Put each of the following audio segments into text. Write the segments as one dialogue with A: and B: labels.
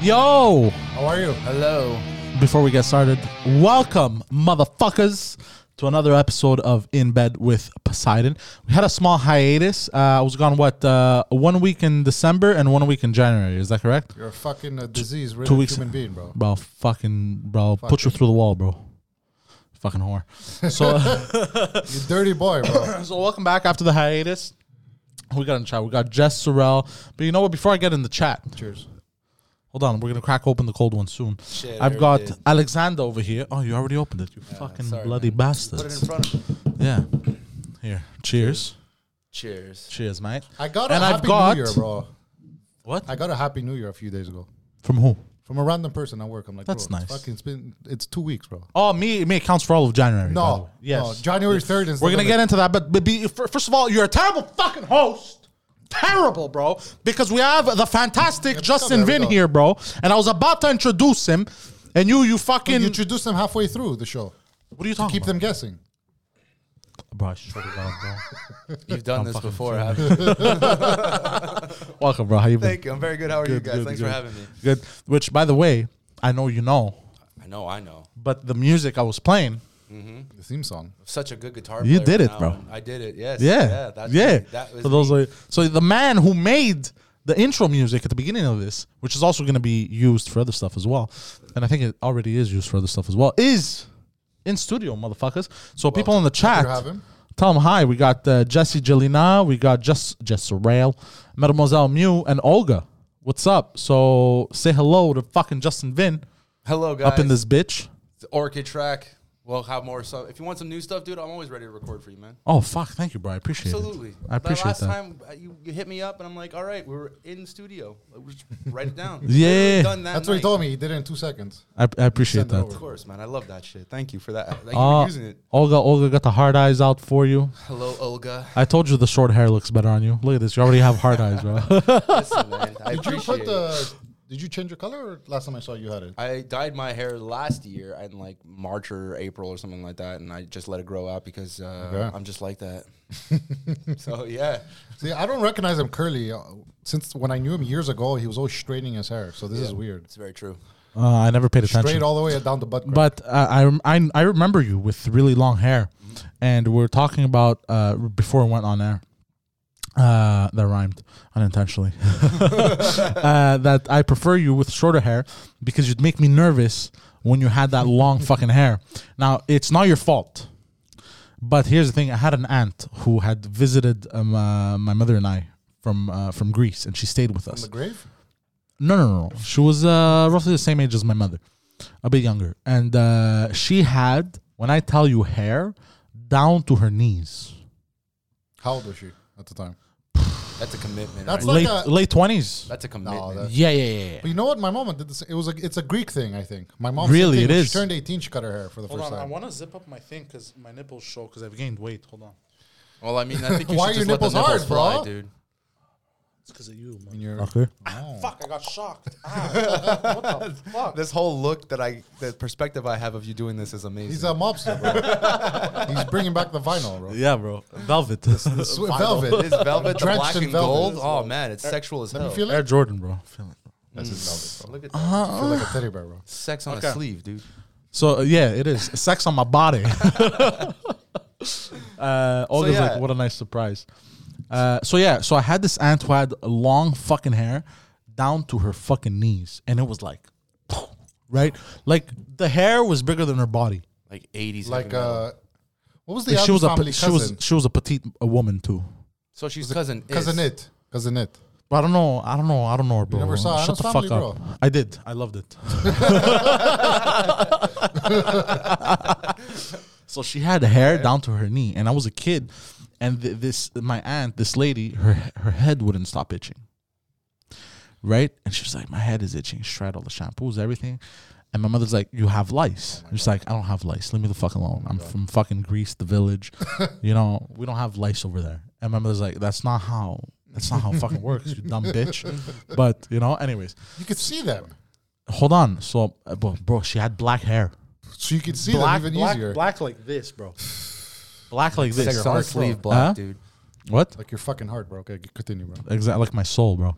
A: Yo!
B: How are you?
C: Hello.
A: Before we get started, welcome, motherfuckers, to another episode of In Bed with Poseidon. We had a small hiatus. Uh, I was gone, what, uh, one week in December and one week in January. Is that correct?
B: You're a fucking uh, disease
A: two
B: ridden
A: weeks-
B: human being, bro.
A: Bro, fucking, bro, put you through the wall, bro. Fucking whore. So.
B: You dirty boy, bro.
A: So welcome back after the hiatus. We got in chat. We got Jess Sorrell. But you know what? Before I get in the chat,
B: Cheers.
A: hold on. We're gonna crack open the cold one soon.
C: Shit, I
A: I've got
C: already did.
A: Alexander over here. Oh, you already opened it. You fucking
C: sorry,
A: bloody
C: man. Put it
A: bastards.
C: in front of me.
A: Yeah. Here. Cheers.
C: Cheers.
A: Cheers, mate.
B: I got a
A: And I've
B: happy
A: got-
B: new year, bro.
A: What?
B: I got a happy new year a few days ago
A: From who?
B: from a random person at work. I'm like,
A: That's
B: bro,
A: nice.
B: It's fucking, it's been it's two weeks, bro.
A: Oh, me. Me. It counts for all of January. by the
B: No,
A: way. Yes.
B: no, January third is.
A: We're gonna get into that, but, but be, fir- first of all, you're a terrible fucking host. Terrible, bro. Because we have the fantastic
B: we
A: Justin
B: go, there we
A: Vin
B: go.
A: here, bro. And I was about to introduce him, and you, you fucking.
B: You introduce them halfway through the show.
A: what are you talking
B: Keep
A: about?
B: them guessing.
A: Bro, I swear to God, bro.
C: You've done this
A: fucking
C: before, haven't you?
A: Welcome, bro. How you been?
C: Thank you. I'm very good. How are you
A: Good,
C: guys?
A: good,
C: Thanks
A: good.
C: for having me.
A: Good. Which, by the way, I know you know,
C: I know, I know.
A: but the music I was playing.
B: The theme song.
C: Such a good guitar
A: You
C: player
A: did it,
C: now.
A: bro.
C: I did it. Yes.
A: Yeah, yeah.
C: that's me. That was
A: so those
C: me.
A: are so the man who made the intro music at the beginning of this, which is also going to be used for other stuff as well, and I think it already is used for other stuff as well, is in studio, motherfuckers. So people in the chat,
B: to have him.
A: tell them hi. We got uh, Jesse Jelena, we got Jess Jess Rail, Mademoiselle Mew, and Olga. What's up? So say hello to fucking Justin Vin
C: Hello, guys.
A: up in this bitch.
C: It's Orchid track. We'll have more stuff. If you want some new stuff, dude, I'm always ready to record for you, man.
A: Oh fuck! Thank you, bro. I appreciate
C: Absolutely.
A: it. I appreciate
C: the last
A: that.
C: time uh, you, you hit me up, and I'm like, all right, we were in studio. Like, we just write it down.
A: Yeah.
C: Literally Done that
B: That's what he
C: night.
B: told me. He did it in two seconds.
A: I, I appreciate
B: Send it
A: that.
B: over.
C: Of course, man. I love that shit. Thank you for that. Thank you
A: Uh,
C: for using it.
A: Olga, Olga got the hard eyes out for you.
C: Hello, Olga.
A: I told you the short hair looks better on you. Look at this. You already have hard eyes, bro. Uh,
C: Listen, man. I
B: Did you
C: appreciate
B: put
C: it.
B: the? Did you change your color? Or last time I saw you had it.
C: I dyed my hair last year in like March or April or something like that, and I just let it grow out because uh,
B: Okay.
C: I'm just like that. so yeah,
B: See, I don't recognize him curly. Uh, Since when I knew him years ago, he was always straightening his hair. So this is weird.
C: it's very true.
A: Uh, I never paid
B: Straight
A: attention.
B: all the way down the butt. crack.
A: But uh, I, rem- I I remember you with really long hair, and we were talking about uh, before it went on air. Uh, that rhymed unintentionally. uh, that I prefer you with shorter hair because you'd make me nervous when you had that long fucking hair. Now it's not your fault. But here's the thing: I had an aunt who had visited um, uh, my mother and I from uh, from Greece, and she stayed with
B: From
A: us.
B: the grave.
A: No, no, no, no. She was uh, roughly the same age as my mother, a bit younger, and uh, she had, when I tell you, hair down to her knees,
B: How old was she at the time?
C: That's a commitment.
B: That's like
C: That's,
A: late
B: a-
A: late twenties.
C: That's a commitment.
B: that-
A: Yeah, yeah, yeah. yeah.
B: But you know what? My mom did this. It was a, it's a Greek thing, I think. My mom
A: Really, it
B: same thing. When
A: is.
B: She turned eighteen. She cut her hair for the first time.
A: want to zip up my thing because my nipples show because I've gained weight. Hold on,
C: well, I mean, I think you
B: Why
C: should
B: are your nipples
C: just let the
B: hard,
C: nipples fly,
B: bro?
C: dude.
A: it's because of you.
B: And you're-
A: Okay.
C: Fuck! I got shocked.
A: Ah,
C: This whole look that I, the perspective I have of you doing this is amazing.
B: He's a mobster, bro. He's bringing back the vinyl, bro.
A: Yeah, bro. Velvet.
B: It's with velvet.
C: this velvet, the
B: Drenched
C: black
B: in
C: and
B: velvet.
C: gold. Oh man, it's sexual as hell.
B: You feel
A: Air
B: it?
A: Jordan, bro. Feel it.
B: That's his velvet,
C: Look at that.
B: bro. I feel like a teddy bear, bro.
C: Sex on
A: Okay.
C: a sleeve, dude.
A: So uh, yeah, it is sex on my body. uh, Olga's
C: yeah.
A: like, what a nice surprise. Uh, so yeah, so I had this aunt who had long fucking hair down to her fucking knees, and it was like, right, like the hair was bigger than her body.
C: Like 80s.
B: Like,
C: heavy metal.
B: uh, what was the
A: she
B: other
A: was a
B: family
A: pe- she
B: cousin?
A: was she was a petite a woman too.
C: so she's cousin. is.
B: cousin it. Cousin it.
A: But I don't know, I don't know, I don't know, her, bro.
B: never saw
A: Shut
B: Adam's
A: the fuck
B: Family,
A: up.
B: bro?
A: I did. I loved it. so she had hair down to her knee, and I was a kid, and th- this my aunt, this lady, her her head wouldn't stop itching. Right, and she was like, "My head is itching." She tried all the shampoos, everything, and my mother's like, "You have lice." She's like, "I don't have lice. Leave me the fuck alone. I'm from fucking Greece, the village. you know, we don't have lice over there." And my mother's like, "That's not how." That's not how it fucking works, you dumb bitch. But you know, anyways,
B: You could see them.
A: hold on. So, uh, bro, bro, she had black hair
B: So you could see them even easier.
A: black like this, bro. Black like this.
C: Sex on a
B: hard, bro.
C: sleeve, black,
A: Huh?
C: dude.
A: What?
B: Like your fucking heart, bro. Okay, continue, bro.
A: Exactly, like my soul, bro.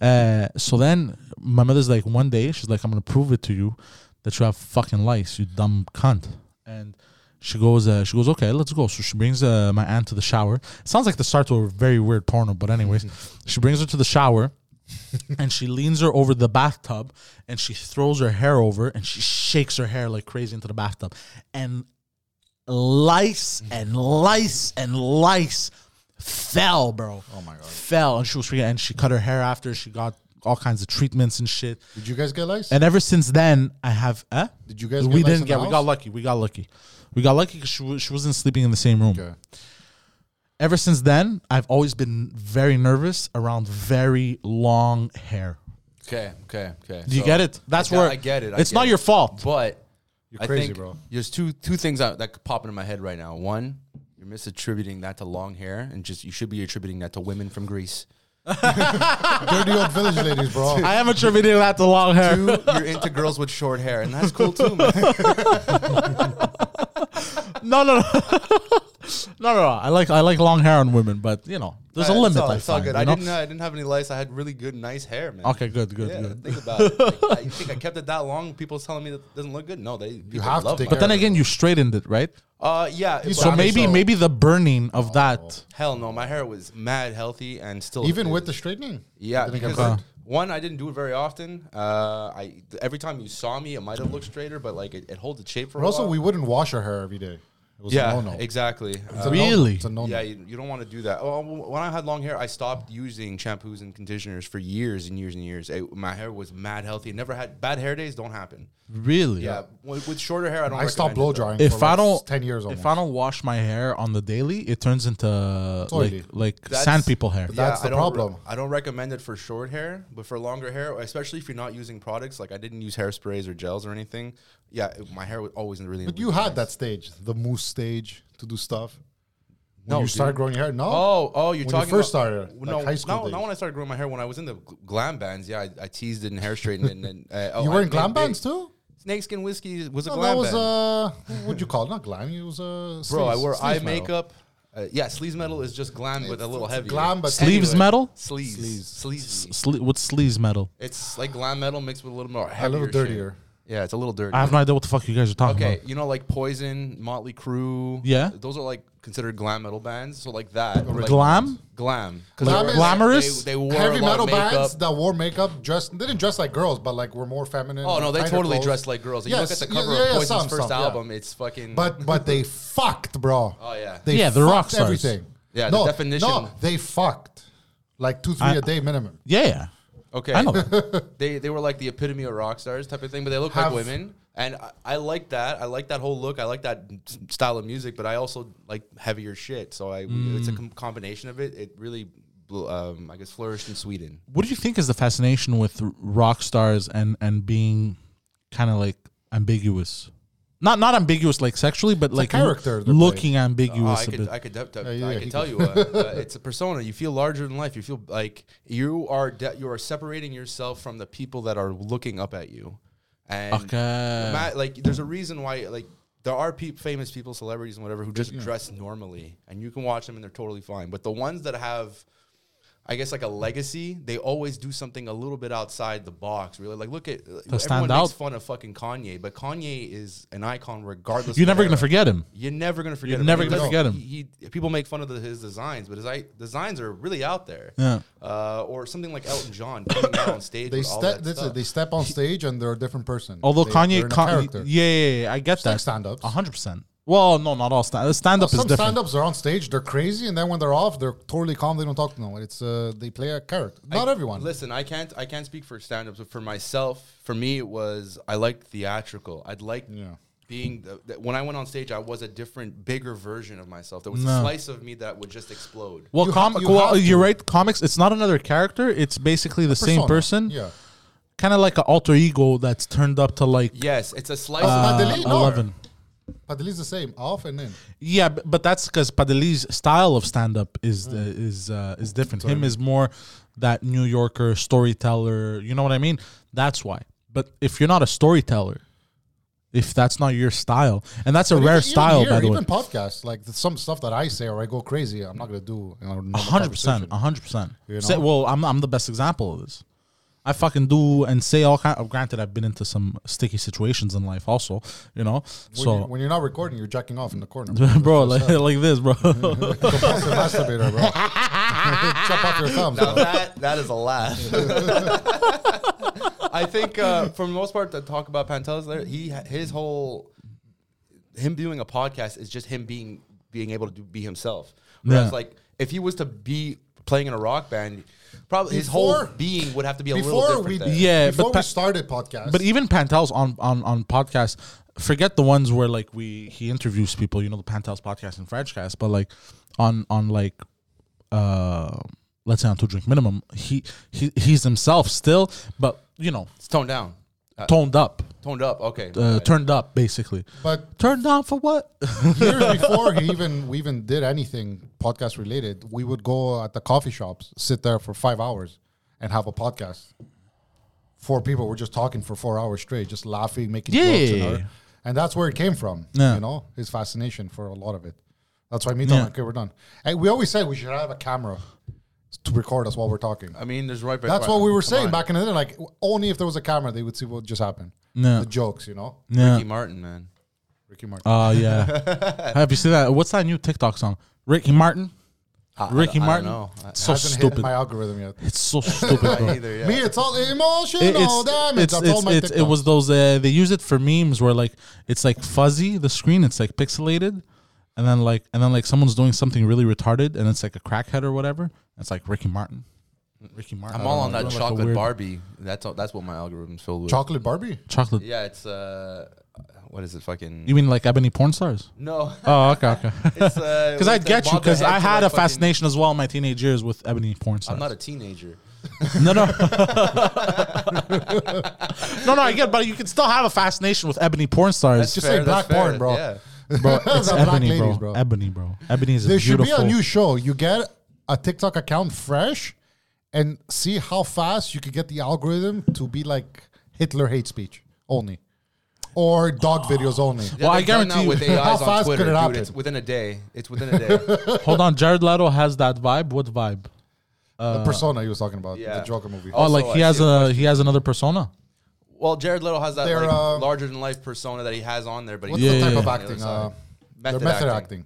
A: Uh, so then my mother's like, one day she's like, I'm gonna prove it to you that you have fucking lice, you dumb cunt. And she goes, uh, she goes, okay, let's go. So she brings uh, my aunt to the shower. sounds like the start to a very weird porno, but anyways, she brings her to the shower. and she leans her over the bathtub and she throws her hair over and she shakes her hair like crazy into the bathtub and lice and lice and lice fell bro oh my god fell and she was freaking and she cut her hair after she got all kinds of treatments and shit
B: Did you guys get lice?
A: and ever since then i have eh?
B: Did you guys get
A: we
B: lice
A: didn't
B: in
A: get
B: the
A: we got
B: house?
A: lucky we got lucky we got lucky because she, wa- she wasn't sleeping in the same room
B: Okay.
A: ever since then i've always been very nervous around very long hair
C: Okay, okay, okay.
A: do you
C: So,
A: get it? That's
C: I get,
A: where
C: I get it. I
A: It's
C: get
A: not
C: it.
A: your fault.
C: But
B: You're
C: I
B: crazy,
C: think
B: bro.
C: There's two two things that, that could pop into my head right now. One, you're misattributing that to long hair, and just you should be attributing that to women from Greece.
B: Dirty old village ladies, bro.
A: I am attributing that to long hair.
C: Two, you're into girls with short hair, and that's cool too, man.
A: No, no, no, no, no, no. I like I like long hair on women, but you know, there's a
C: Uh,
A: limit.
C: It's all,
A: I
C: it's all
A: find,
C: good.
A: you
C: I
A: know?
C: didn't. uh, I didn't have any lice. I had really good, nice hair, man.
A: Okay, good, good,
C: Yeah,
A: good.
C: think about it. Like, I, you think I kept it that long? People's telling me that it doesn't look good. No, they people
B: have to
C: love
B: take
A: But
C: mine.
A: then again, you straightened it, right?
C: Uh, yeah. but
A: So
C: I Oh. mean,
A: maybe
C: so-
A: maybe the burning of that.
C: Hell no, my hair was mad healthy and still
B: Even
C: is.
B: with the straightening?
C: Yeah,
B: Didn't get
C: because
B: burned?
C: one, I didn't do it very often. Uh, I th- every time you saw me, it might have looked straighter, but like it, it holds its shape for
B: But
C: a
B: also,
C: while.
B: we wouldn't wash our hair every day. It was
C: yeah,
B: a no-no.
C: exactly.
B: It's
C: Uh,
B: a no-no.
A: Really?
B: It's a no-no.
C: yeah, you, you don't want to do that. Oh, w- when I had long hair, I stopped using shampoos and conditioners for years and years and years. It- my hair was mad healthy. Never had bad hair days. Don't happen.
A: Really?
C: Yeah, With, with shorter hair, I don't.
B: I stopped
C: recommend it,
B: blow
C: though.
B: drying
A: If
B: for like
A: I don't,
B: ten years almost.
A: if I don't wash my hair on the daily, it turns into
B: Oily.
A: like like
C: That's-
A: sand people hair.
B: that- That's the
C: I don't re-
B: problem.
C: I don't recommend it for short hair, but for longer hair, especially if you're not using products like I didn't use hairsprays or gels or anything. Yeah, it- my hair was always really.
B: but you had that stage, the mousse stage, to do stuff. When
C: No,
B: you
C: dude.
B: started growing your hair. No.
C: Oh, oh, you're
B: When you
C: talking
B: first
C: about,
B: started,
C: No,
B: like high school
C: no,
B: days.
C: not when I started growing my hair. When I was in the gl- glam bands, yeah, I, I teased it and hair straightened it. And then, uh, oh,
B: you
C: I
B: were in
C: made
B: glam
C: big-
B: bands too.
C: Snakeskin whiskey was a
B: No, that
C: glam
B: was
C: band.
B: uh, what'd you call it? Not glam. It was uh,
C: Bro, I
B: sleaze-
C: wore
B: sleaze
C: eye
B: metal.
C: makeup. Uh, yeah, sleaze metal is just glam, but a little
B: it's
C: heavier.
B: glam, but-
A: Sleeves
C: Anyway,
A: metal?
C: Sleaze. Sleaze.
A: Sle- what's sleaze metal?
C: It's like glam metal mixed with a little more
B: A little
C: heavier shit.
B: dirtier.
C: Yeah, it's a little dirty.
A: I have no idea what the fuck you guys are talking
C: Okay,
A: about.
C: you know, like Poison, Motley Crue.
A: Yeah.
C: those are like considered glam metal bands. So like that, like
A: Glam?
C: glam, 'Cause
B: Glam
C: they
B: is-
C: were-
A: Glamorous?
C: They, they wore
B: Heavy
C: a lot
B: metal
C: of makeup.
B: bands that wore makeup dressed they didn't dress like girls, but like were more feminine.
C: oh no, they
B: tighter
C: totally
B: clothes.
C: dressed like girls. You
B: Yes,
C: look at the
B: yeah,
C: cover
B: yeah, yeah,
C: of Poison's
B: some
C: first
B: stuff, yeah.
C: album; it's fucking.
B: But but they fucked, bro.
C: oh yeah,
B: They
A: Yeah, they're
B: fucked
A: rock stars.
B: Everything.
C: Yeah, the
B: no,
C: definition-
B: No, they fucked. Like two, three
A: I-
B: a day minimum.
A: Yeah, yeah.
C: okay.
A: I know. that.
C: they they were like the epitome of rock stars type of thing, but they look
B: Have-
C: like women. And I, I like that. I like that whole look. I like that s- style of music, but I also like heavier shit. So I
A: Mm.
C: it's a com- combination of it. It really, bl- um, I guess, flourished in Sweden.
A: what do you think is the fascination with r- rock stars and and being kind of like ambiguous not not ambiguous like sexually but like
B: character
A: loo-
B: they're
A: looking
C: Oh,
A: ambiguous
C: I
A: a
C: could,
A: bit
C: I could, dep- dep-
B: yeah,
C: I
B: he
C: could tell you, uh, uh, it's a persona. You feel larger than life. You feel like you are de- you are separating yourself from the people that are looking up at you. And
A: Okay.
C: ma- like there's a reason why like there are peop famous people, celebrities, and whatever who just dress normally, and you can watch them and they're totally fine. But the ones that have I guess like a legacy, they always do something a little bit outside the box. Really, like look at everyone
A: stand
C: makes
A: out.
C: fun of fucking Kanye, but Kanye is an icon regardless.
A: you're
C: of
A: never gonna
C: era.
A: forget him
C: You're never gonna forget.
A: You're
C: him.
A: never
C: He
A: gonna
C: does-
A: forget him.
C: He, he- people make fun of the, his designs, but his I, designs are really out there.
A: Yeah.
C: Uh, or something like Elton John coming out on stage.
B: They
C: with all
B: step
C: that
B: that's
C: stuff.
B: it, they step on stage and they're a different person.
A: although
B: they, they're
A: kanye
B: in a
A: Con-
B: character.
A: yeah, yeah, yeah, i get
B: like
A: that
B: stand-ups.
A: 100% well no not all stand, stand up is
B: Some
A: different
B: stand ups are on stage, they're crazy, and then when they're off, they're totally calm, they don't talk to no one. It's uh, they play a character. Not everyone.
C: Listen, I can't I can't speak for stand-ups, but for myself, for me it was I liked theatrical. I'd like
B: Yeah.
C: being the, that when I went on stage, I was a different, bigger version of myself. There was
A: No.
C: a slice of me that would just explode.
A: well,
B: You
A: com-
B: ha- you
A: well
B: have to.
A: you're right comics it's not another character it's basically the same
B: Persona.
A: person
B: Yeah.
A: kind of like an alter ego that's turned up to like
C: Yes, it's a slice
B: Uh,
C: of
A: uh,
B: Madeline, no.
A: 11
B: Padeli's the same, off and in.
A: Yeah, b- but that's because Padeli's style of stand up is
B: Mm.
A: uh, is uh, is different. Him is more that New Yorker storyteller. You know what I mean? That's why. But if you're not a storyteller, if that's not your style. And that's a
B: But
A: rare
B: even- even
A: style,
B: here,
A: by the way.
B: Even podcasts, like there's some stuff that I say or I go crazy, I'm not gonna do. You know, in a
A: hundred percent,
B: conversation.
A: hundred percent.
B: You
A: Say-
B: know?
A: Well, I'm I'm the best example of this. I fucking do and say all kind. Of, granted, I've been into some sticky situations in life, also. You know,
B: When, you,
A: so
B: when you're not recording, you're jacking off in the corner,
A: bro, like, like this, bro.
B: Compulsive masturbator, bro. Chop off your thumbs. bro.
C: Now that that is a laugh. I think uh, for the most part, to talk about Pantelis, there he his whole him doing a podcast is just him being being able to do, be himself. Whereas,
A: Yeah.
C: like if he was to be playing in a rock band, probably his whole
B: Before-
C: being would have to be a little
B: Before
C: different.
B: we,
C: than-
A: Yeah,
B: before
A: but pa-
B: we started podcast,
A: but e- even Pantel's on on on podcasts. Forget the ones where like we he interviews people. You know, the Pantel's podcast and Frenchcast, but like on on like. uh Let's say on two drink minimum, he, he he's himself still, but you know,
C: it's toned down, uh,
A: toned up,
C: toned up. Okay,
A: uh, turned up basically.
B: but
A: Turned down for what?
B: years before he even we even did anything podcast related, we would go at the coffee shops, sit there for five hours, and have a podcast. Four people were just talking for four hours straight, just laughing, making jokes, and,
A: Yeah.
B: other- and that's where it came from.
A: Yeah.
B: You know, his fascination for a lot of it. That's why me telling
A: Yeah.
B: okay, we're done. And we always said we should have a camera to record us while we're talking.
C: I mean, there's right.
B: That's what we were saying
C: on.
B: back in the day. Like w- only if there was a camera, they would see what just happened.
A: Yeah.
B: The jokes, you know.
A: Yeah.
C: Ricky Martin, man.
B: Ricky Martin.
A: Oh yeah. Have you seen that? What's that new TikTok song? Ricky Martin. Ricky
C: I
A: Martin.
C: don't know. I-
A: It's so
B: hasn't
A: stupid.
B: hit my algorithm yet.
A: it's so stupid, bro. It,
C: Either, yeah.
B: Me, it's all emotional
A: it's,
B: damage.
A: it's,
B: That's all
A: it's,
B: my
A: it's, it
B: TikTok.
A: was those uh, they use it for memes where like it's like fuzzy the screen it's like pixelated and then like and then like someone's doing something really retarded and it's like a crackhead or whatever it's like Ricky Martin Ricky Martin
C: I'm all on
A: I
C: that
A: don't know, like a
C: chocolate
A: weird
C: Barbie. That's all, that's what my algorithm's filled with.
B: chocolate Barbie.
A: chocolate
C: Yeah, it's uh, what is it? Fucking
A: you mean like ebony porn stars
C: no.
A: oh okay okay
C: It's uh,
A: because I
C: it's
A: get
C: like
A: you
C: bob their
A: because
C: head
A: I
C: to,
A: had
C: like,
A: a
C: fucking-
A: fascination as well in my teenage years with ebony porn stars
C: I'm not a teenager.
A: No, no, no, no. I get, it, but you can still have a fascination with ebony porn stars,
B: That's just say black porn, bro.
C: Yeah.
A: bro. It's
B: Black
A: ebony, bro.
B: ladies, bro.
A: Ebony, bro. Ebony is a
B: There should
A: beautiful.
B: be a new show. You get a TikTok account fresh, and see how fast you could get the algorithm to be like Hitler hate speech only, or dog videos only.
C: Yeah,
A: Well, I
C: they've done
A: guarantee
C: that with
A: you-
C: AIs
B: How
C: on
B: fast
C: Twitter,
B: could it
C: dude.
B: happen?
C: It's within a day. It's within a day.
A: Hold on, Jared Leto has that vibe. What vibe? Uh,
B: the persona he was talking about,
C: yeah.
B: the Joker movie.
A: Oh,
C: Also,
A: like he
C: I
A: has
C: see
A: a he has another persona.
C: well, Jared Little has that
B: They're,
C: like,
B: uh,
C: larger than life persona that he has on there, but
B: What's
C: he's
A: Yeah,
B: the type
A: yeah,
B: of
A: yeah.
B: acting?
C: The other
B: Uh,
C: side.
B: method
C: Method
B: their method
C: acting.
B: acting,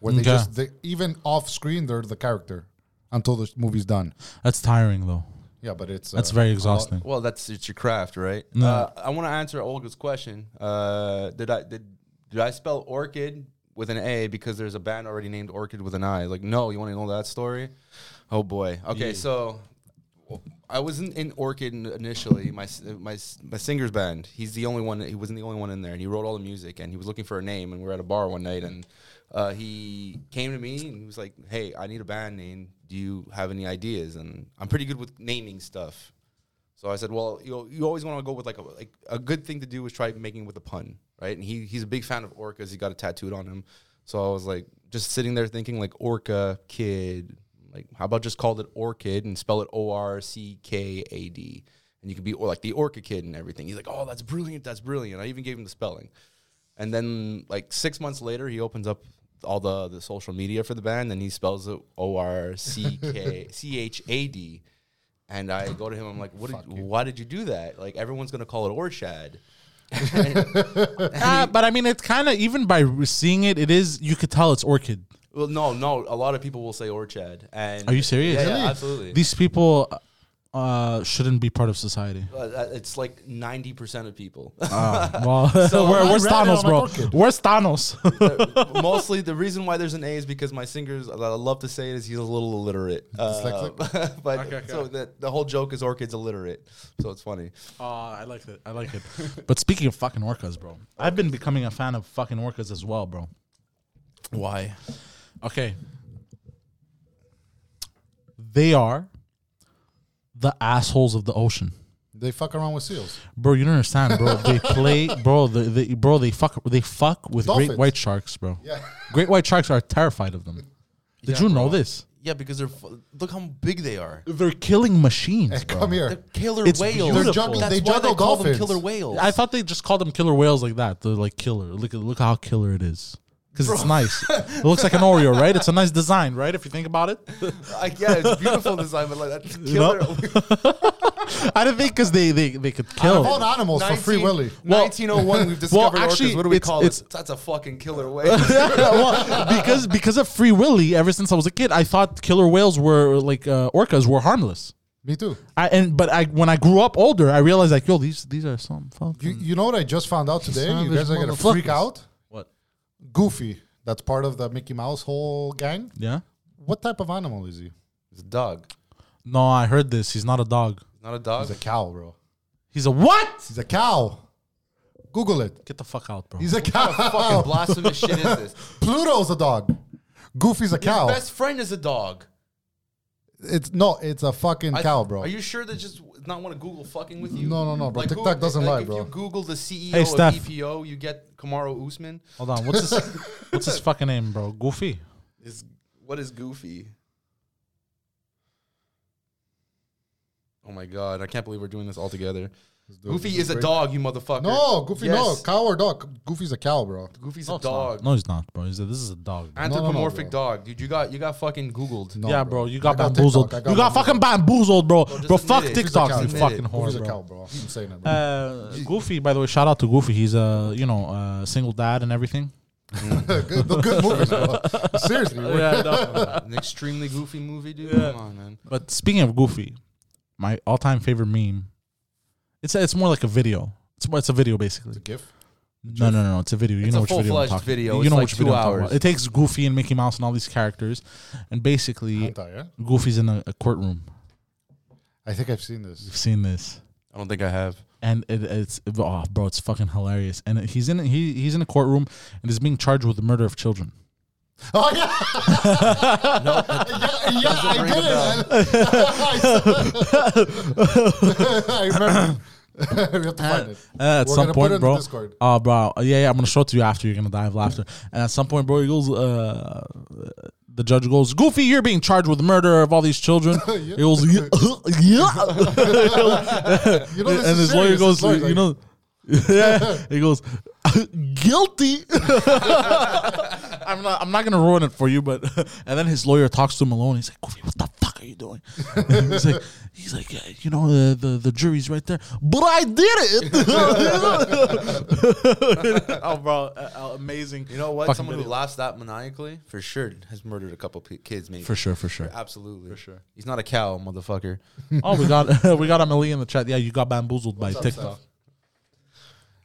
B: where they
A: Okay.
B: just they, even off screen they're the character until the movie's done.
A: That's tiring though.
B: Yeah, but it's
A: That's
B: uh,
A: very
B: a lot-
A: exhausting.
C: Well, that's it's your craft, right? No. Uh, I want to answer Olga's question. Uh, did I did did I spell orchid with an A because there's a band already named Orchid with an I? Like, no, you want to know that story? Oh boy. Okay, so I wasn't in Orchid in- initially. My s- my s- my singer's band. He's the only one. He wasn't the only one in there, and he wrote all the music. And he was looking for a name. And we were at a bar one night, and uh, he came to me and he was like, "Hey, I need a band name. Do you have any ideas?" And I'm pretty good with naming stuff. So I said, well, you know, you always want to go with like a like a good thing to do is try making with a pun, right? And he he's a big fan of orcas. He got it tattooed on him. So I was like, just sitting there thinking like orca kid, like how about just call it orchid and spell it O R C K A D, and you could be or like the orca kid and everything. He's like, oh, that's brilliant, that's brilliant. I even gave him the spelling. And then like six months later, he opens up all the the social media for the band, and he spells it O R C K C H A D. And I go to him. I'm like, "What? Did, why did you do that? Like everyone's gonna call it Orshad."
A: Uh, but I mean, it's kind of even by re- seeing it, it is you could tell it's orchid.
C: Well, no, no. A lot of people will say Orchad. And
A: Are you serious?
C: Yeah, yeah,
A: Really?
C: absolutely.
A: These people uh, shouldn't be part of society.
C: Uh, uh, it's like ninety percent of people.
A: Well, where,
B: I
A: where's
B: read it on
A: Thanos,
B: my
A: bro?
B: orchid.
A: Where's Thanos?
C: Mostly, the reason why there's an A is because my singer's. I love to say it is he's a little illiterate. Uh, but so the, the whole joke is Orchid's illiterate, so it's funny.
A: Uh, I like it. I like it. but speaking of fucking orcas, bro, I've been becoming a fan of fucking orcas as well, bro.
C: Why?
A: Okay. They are the assholes of the ocean.
B: They fuck around with seals.
A: Bro, you don't understand, bro. They play, bro. They, they, bro, they fuck. They fuck with great
B: Dolphins.
A: white sharks, bro.
B: Yeah.
A: Great white sharks are terrified of them. Did
C: Yeah,
A: you
C: bro.
A: know this?
C: Yeah, because they're f- look how big they are.
A: They're killing machines.
B: Hey, come
C: They're
B: here.
C: killer
A: It's
C: whales.
A: beautiful. They're
B: juggle-
C: That's
B: they
C: why
B: juggle
C: they call
B: dolphins.
C: them killer whales.
A: I thought they just called them killer whales like that. They're like killer. Look at look how killer it is. Because it's nice. it looks like an Oreo, right? It's a nice design, right? If you think about it.
C: like, yeah, it's beautiful design, but like that's
A: know?
C: killer.
A: I didn't think because they, they, they could
B: Of
A: kill.
B: all animals Oh, for free
C: 19
B: willy.
A: Well-
C: 1901, we've discovered
A: actually,
C: orcas. What do we
A: it's-
C: call
A: it's-
C: it? That's a fucking killer whale.
A: well, because because of Free Willy, ever since I was a kid, I thought killer whales were like uh, orcas were harmless.
B: Me too.
A: I and but I when I grew up older, I realized like yo these these are some fucking
B: You, you know what I just found out today?
A: Savage
B: You guys are gonna freak
A: motherfuckers.
B: out.
A: what
B: Goofy, that's part of the Mickey Mouse whole gang.
A: yeah.
B: What type of animal is he?
C: It's a dog.
A: No, I heard this. He's not a dog.
C: It's not a dog.
B: He's a cow, bro.
A: He's a what?
B: He's a cow. Google it.
A: Get the fuck out, bro.
B: He's a cow.
C: fucking blasphemous shit is this?
B: Pluto's a dog. Goofy's a cow.
C: Best friend is a dog.
B: It's no, it's a fucking
C: I-
B: cow, bro.
C: Are you sure that just not want to Google fucking with you?
B: No, no, no, bro. TikTok doesn't lie,
C: if
B: bro.
C: If you Google the CEO
A: Hey,
C: of
A: Steph.
C: EPO, you get Kamaro Usman.
A: Hold on. What's his what's his fucking name, bro? Goofy.
C: Is what is Goofy? Oh my god! I can't believe we're doing this all together.
B: doing
C: Goofy
B: this
C: is a
B: great.
C: dog, you motherfucker.
B: no, Goofy,
C: Yes.
B: no, cow or dog. Goofy's a cow, bro.
C: Goofy's
A: No,
C: a
A: it's not.
C: dog.
A: No, he's not, bro. He's a, this is a dog. bro.
B: no, no,
C: Anthropomorphic
B: bro.
C: dog, dude. You got you got fucking Googled.
B: No,
A: yeah, bro. You got
B: I TikTok,
A: bamboozled.
B: I
A: you got
B: bamboozled.
A: fucking bamboozled, bro.
C: just
A: bro,
C: admit
A: fuck
C: it. He's a
A: Tiktok,
B: cow.
A: you
B: Admit
A: fucking
C: it.
A: whore,
B: Goofy's a
A: bro.
B: cow, bro. I'm saying it, bro.
A: Uh, Goofy, by the way, shout out to Goofy. He's a you know uh, single dad and everything.
B: good, the good movies, bro. Seriously, bro.
C: An extremely goofy movie, dude. Come on, man.
A: But speaking of Goofy, my all-time favorite meme. It's a, it's more like a video. It's more, it's a video basically.
B: GIF.
A: No, no, no, no. It's a video. You
C: It's
A: know
C: a
A: which video I'm
C: full-fledged
A: talking.
C: video.
A: You
C: It's
A: know
C: like
A: which
C: two
A: video I'm talking about.
C: hours.
A: It takes Goofy and Mickey Mouse and all these characters, and basically
B: Hentai, yeah?
A: Goofy's in a, a courtroom.
B: I think I've seen this.
A: You've seen this,
C: I don't think I have.
A: and it, it's oh, bro, it's fucking hilarious. And he's in he he's in a courtroom and is being charged with the murder of children.
B: Oh yeah. yeah, yeah I
C: ring a
B: did it. I remember. we have to find it.
A: Uh, at
B: We're
A: some
B: gonna
A: point,
B: put it in
A: bro.
B: the Discord.
A: Oh, bro. Yeah, yeah. I'm gonna show it to you after. You're gonna die of laughter. And at some point, bro, he goes. Uh, the judge goes, "Goofy, you're being charged with the murder of all these children." He goes, "Yeah." yeah."
B: You know, this
A: and
B: is
A: his lawyer
B: serious.
A: goes,
B: This lawyer's
A: "You
B: like,
A: know." yeah. He goes, "Guilty." I'm not. I'm not gonna ruin it for you, but and then his lawyer talks to him alone. He's like, "Goofy, what the fuck are you doing?" he's like, "He's like, "Yeah, you know, the, the the jury's right there, but I did it." oh, bro, uh, uh, amazing.
C: You know what?
A: Fucking
C: Someone
A: video.
C: who laughs that maniacally for sure has murdered a couple p- kids, maybe.
A: for sure, for sure.
C: Absolutely. For sure. He's not a cow, motherfucker.
A: Oh, we got we got Amelie in the chat. Yeah, you got bamboozled by
B: up,
A: TikTok.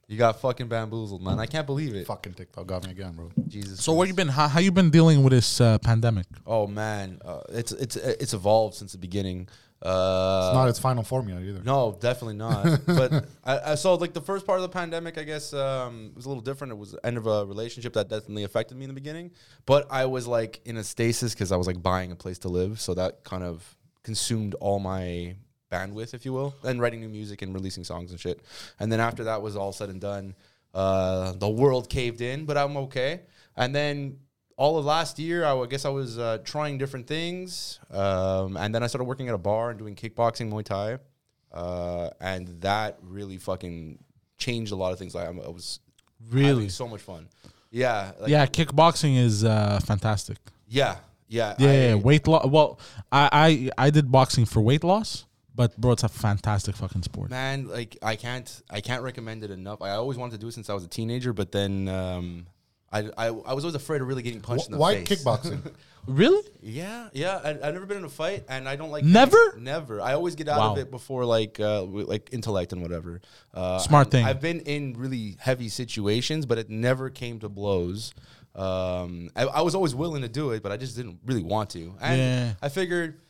C: You got fucking bamboozled, man. I can't believe it.
B: Fucking TikTok got me again, bro.
C: Jesus.
A: So where you been? How, how you been dealing with this uh, pandemic?
C: Oh man, uh, it's it's it's evolved since the beginning. Uh,
B: It's not its final form yet either.
C: No, definitely not. but I, I saw like the first part of the pandemic. I guess um, was a little different. It was the end of a relationship that definitely affected me in the beginning. But I was like in a stasis because I was like buying a place to live, so that kind of consumed all my bandwidth, if you will, and writing new music and releasing songs and shit. And then after that was all said and done, uh, the world caved in. But I'm okay. And then all of last year, I would- guess I was uh, trying different things, um, and then I started working at a bar and doing kickboxing, Muay Thai, uh, and that really fucking changed a lot of things. Like I'm, I was having so much fun. Yeah, like,
A: yeah, kickboxing is uh, fantastic.
C: yeah, yeah,
A: Yeah,
C: I-
A: yeah, weight loss. Well, I, I I did boxing for weight loss, but bro, it's a fantastic fucking sport.
C: man. Like I can't, I can't recommend it enough. I always wanted to do it since I was a teenager, but then um, I, I, I was always afraid of really getting punched
B: Wh-
C: in the
B: Why
C: face.
B: kickboxing?
A: Really?
C: Yeah, yeah. I, I've never been in a fight, and I don't like
A: Never?
C: never. I always get out
A: Wow.
C: of it before like uh, w- like intellect and whatever. Uh,
A: Smart
C: and
A: thing.
C: I've been in really heavy situations, but it never came to blows. Um, I, I was always willing to do it, but I just didn't really want to. And
A: Yeah.
C: I figured.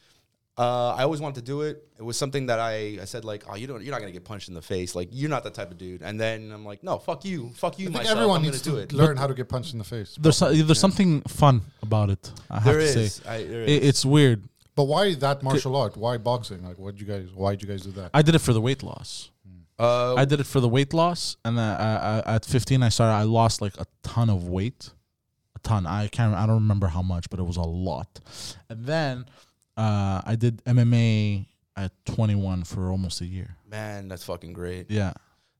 C: Uh, I always wanted to do it. It was something that I, I said like, oh, you don't, you're not gonna get punched in the face. Like, you're not that type of dude. And then I'm like, no, fuck you, fuck
B: I
C: you,
B: think
C: myself.
B: everyone
C: I'm
B: needs
C: gonna do
B: to
C: it.
B: learn how to get punched in the face.
A: There's so- there's something fun about it. I have
C: There
A: to
C: is.
A: say,
C: I- there
A: It-
C: is.
A: it's weird.
B: But why that martial art? Why boxing? Like, what you guys? Why would you guys do that?
A: I did it for the weight loss.
C: Uh,
A: I did it uh, for the weight loss, and then I, I, at 15, I started. I lost like a ton of weight, a ton. I can't. I don't remember how much, but it was a lot. And then uh, I did MMA at 21 for almost a year.
C: Man, that's fucking great.
A: Yeah.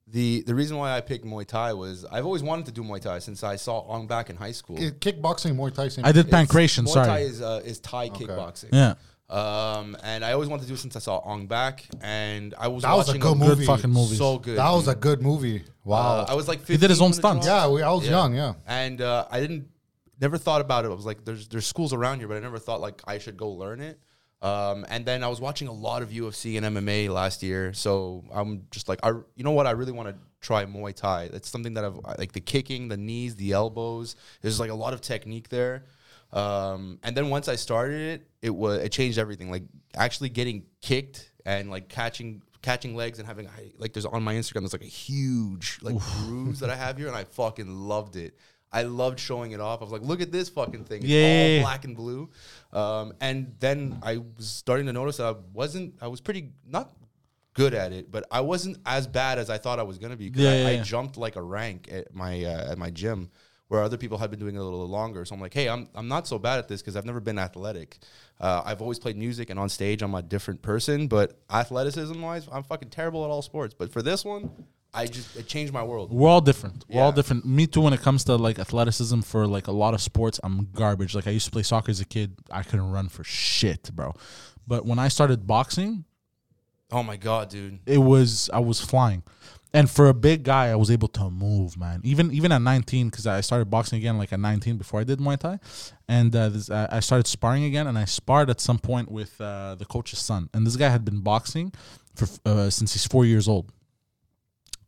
C: The the reason why I picked Muay Thai was I've always wanted to do Muay Thai since I saw Ong back in high school.
B: Ki- Kickboxing, Muay Thai, same
A: I did
B: thing.
A: pancration.
C: Muay
A: Sorry.
C: Thai is uh, is Thai kickboxing.
A: yeah.
C: Um, and I always wanted to do it since I saw Ong back, and I was
B: That was a
C: watching
B: good
C: him-
B: movie.
A: Good fucking movies.
C: so good.
B: That was
C: dude.
B: a good movie. Wow.
C: Uh, I was like 15
A: He did his own
C: when it dropped.
A: stunts.
B: yeah, we, I was young. Yeah.
C: and uh, I didn't never thought about it. I was like, there's there's schools around here, but I never thought like I should go learn it. Um, and then I was watching a lot of UFC and MMA last year, so I'm just like, I you know what? I really want to try Muay Thai. That's something that I've like the kicking, the knees, the elbows. There's like a lot of technique there. Um, and then once I started it, it was it changed everything. Like actually getting kicked and like catching catching legs and having I- like there's on my Instagram there's like a huge like bruise that I have here and I fucking loved it. I loved showing it off. I was like, look at this fucking thing. It's
A: Yeah.
C: all black and blue. Um, and then I was starting to notice that I wasn't I was pretty not good at it, but I wasn't as bad as I thought I was gonna be. 'cause
A: Yeah,
C: I,
A: yeah,
C: I
A: yeah.
C: jumped like a rank at my uh, at my gym where other people had been doing it a little longer. So I'm like, hey, I'm I'm not so bad at this because I've never been athletic. Uh, I've always played music and on stage I'm a different person, but athleticism wise, I'm fucking terrible at all sports. But for this one, I just it changed my world.
A: We're all different. We're all
C: Yeah.
A: different. Me too. When it comes to like athleticism for like a lot of sports, I'm garbage. Like I used to play soccer as a kid. I couldn't run for shit, bro. But when I started boxing,
C: Oh my god, dude.
A: it was I was flying, and for a big guy, I was able to move, man. Even even at 19, because I started boxing again like at 19 before I did Muay Thai, and uh, this, I I started sparring again, and I sparred at some point with uh, the coach's son, and this guy had been boxing for uh, since he's four years old,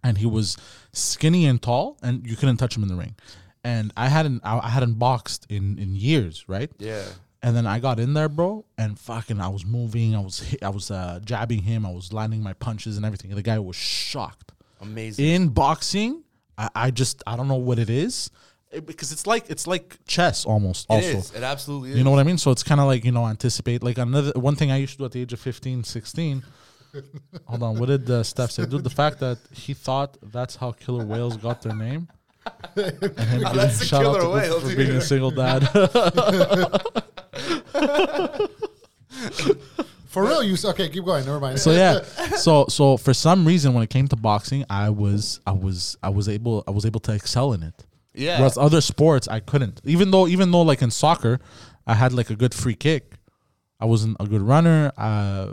A: and he was skinny and tall, and you couldn't touch him in the ring, and I hadn't I I hadn't boxed in in years, right?
C: Yeah.
A: And then I got in there, bro, and fucking, I was moving, I was hit, I was uh, jabbing him, I was landing my punches and everything. And the guy was shocked.
C: Amazing.
A: In boxing, I, I just I don't know what it is It- because it's like it's like chess almost.
C: It
A: also,
C: is. It absolutely is.
A: you know what I mean? So it's kind of like, you know, anticipate. Like another one thing I used to do at the age of 15, 16. Hold on, what did uh, Steph say? Dude, the fact that he thought that's how killer whales got their name. And him giving
C: that's the
A: shout out
C: killer
A: to Goof
C: whale,
A: for
C: dude.
A: being a single dad.
B: For real, you. s- Okay, keep going. Never mind.
A: so yeah so so for some reason when it came to boxing i was i was i was able i was able to excel in it
C: Yeah.
A: whereas other sports i couldn't even though even though like in soccer i had like a good free kick i wasn't a good runner uh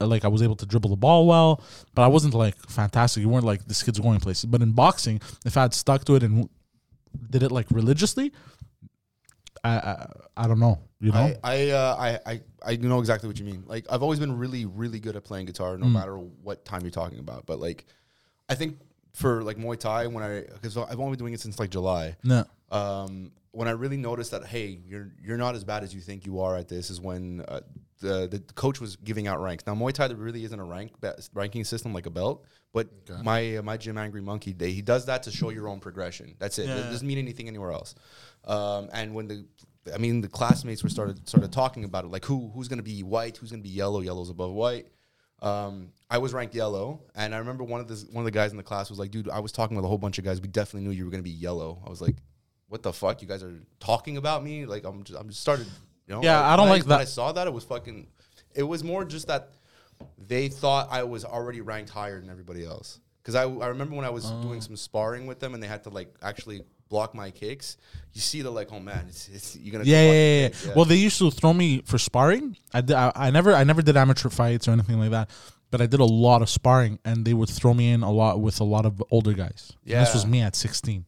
A: like I was able to dribble the ball well, but I wasn't like fantastic. You weren't like this kid's going places. But in boxing, if I had stuck to it and did it like religiously, I I, I don't know. You know,
C: I I, uh, I I I know exactly what you mean. Like I've always been really really good at playing guitar,
A: Mm.
C: no matter what time you're talking about. But like, I think for like Muay Thai, when I because I've only been doing it since like July.
A: no.
C: Um, when I really noticed that hey, you're you're not as bad as you think you are at this is when uh, the the coach was giving out ranks. Now Muay Thai there really isn't a rank ba- ranking system like a belt, but my uh, my gym Angry Monkey Day he does that to show your own progression. That's it. It doesn't mean anything anywhere else. Um, and when the I mean the classmates were started started talking about it like who who's gonna be white, who's gonna be yellow, yellow's above white um, I was ranked yellow, and I remember one of this one of the guys in the class was like, "Dude, I was talking with a whole bunch of guys. We definitely knew you were gonna be yellow." I was like, "What the fuck? You guys are talking about me? Like, I'm just I'm just started, you know?"
A: Yeah, I don't
C: when
A: like
C: when
A: that.
C: I saw that it was fucking. It was more just that they thought I was already ranked higher than everybody else. Because I, I remember when I was
A: Oh.
C: doing some sparring with them, and they had to like actually block my kicks. You see, they're like, "Oh man, it's, it's you're gonna
A: yeah, yeah,
C: block the
A: yeah, yeah.
C: kick."
A: Well, they used to throw me for sparring. I, did, I I never I never did amateur fights or anything like that, but I did a lot of sparring, and they would throw me in a lot with a lot of older guys. Yeah, this was
C: Yeah.
A: me at sixteen.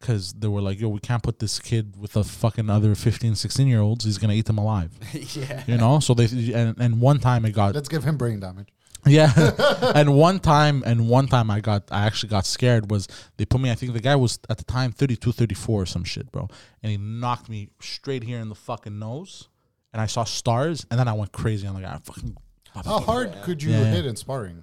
A: Because they were like, yo, we can't put this kid with a fucking other 15, 16 year olds. He's going to eat them alive.
C: yeah.
A: You know? So they, and, and one time it got,
B: Let's give him brain damage.
A: yeah. and one time, and one time I got, I actually got scared was they put me, I think the guy was at the time 32, 34 or some shit, bro. And he knocked me straight here in the fucking nose. And I saw stars. And then I went crazy on the guy. I fucking,
B: How hard could you
A: Yeah, yeah.
B: hit in sparring?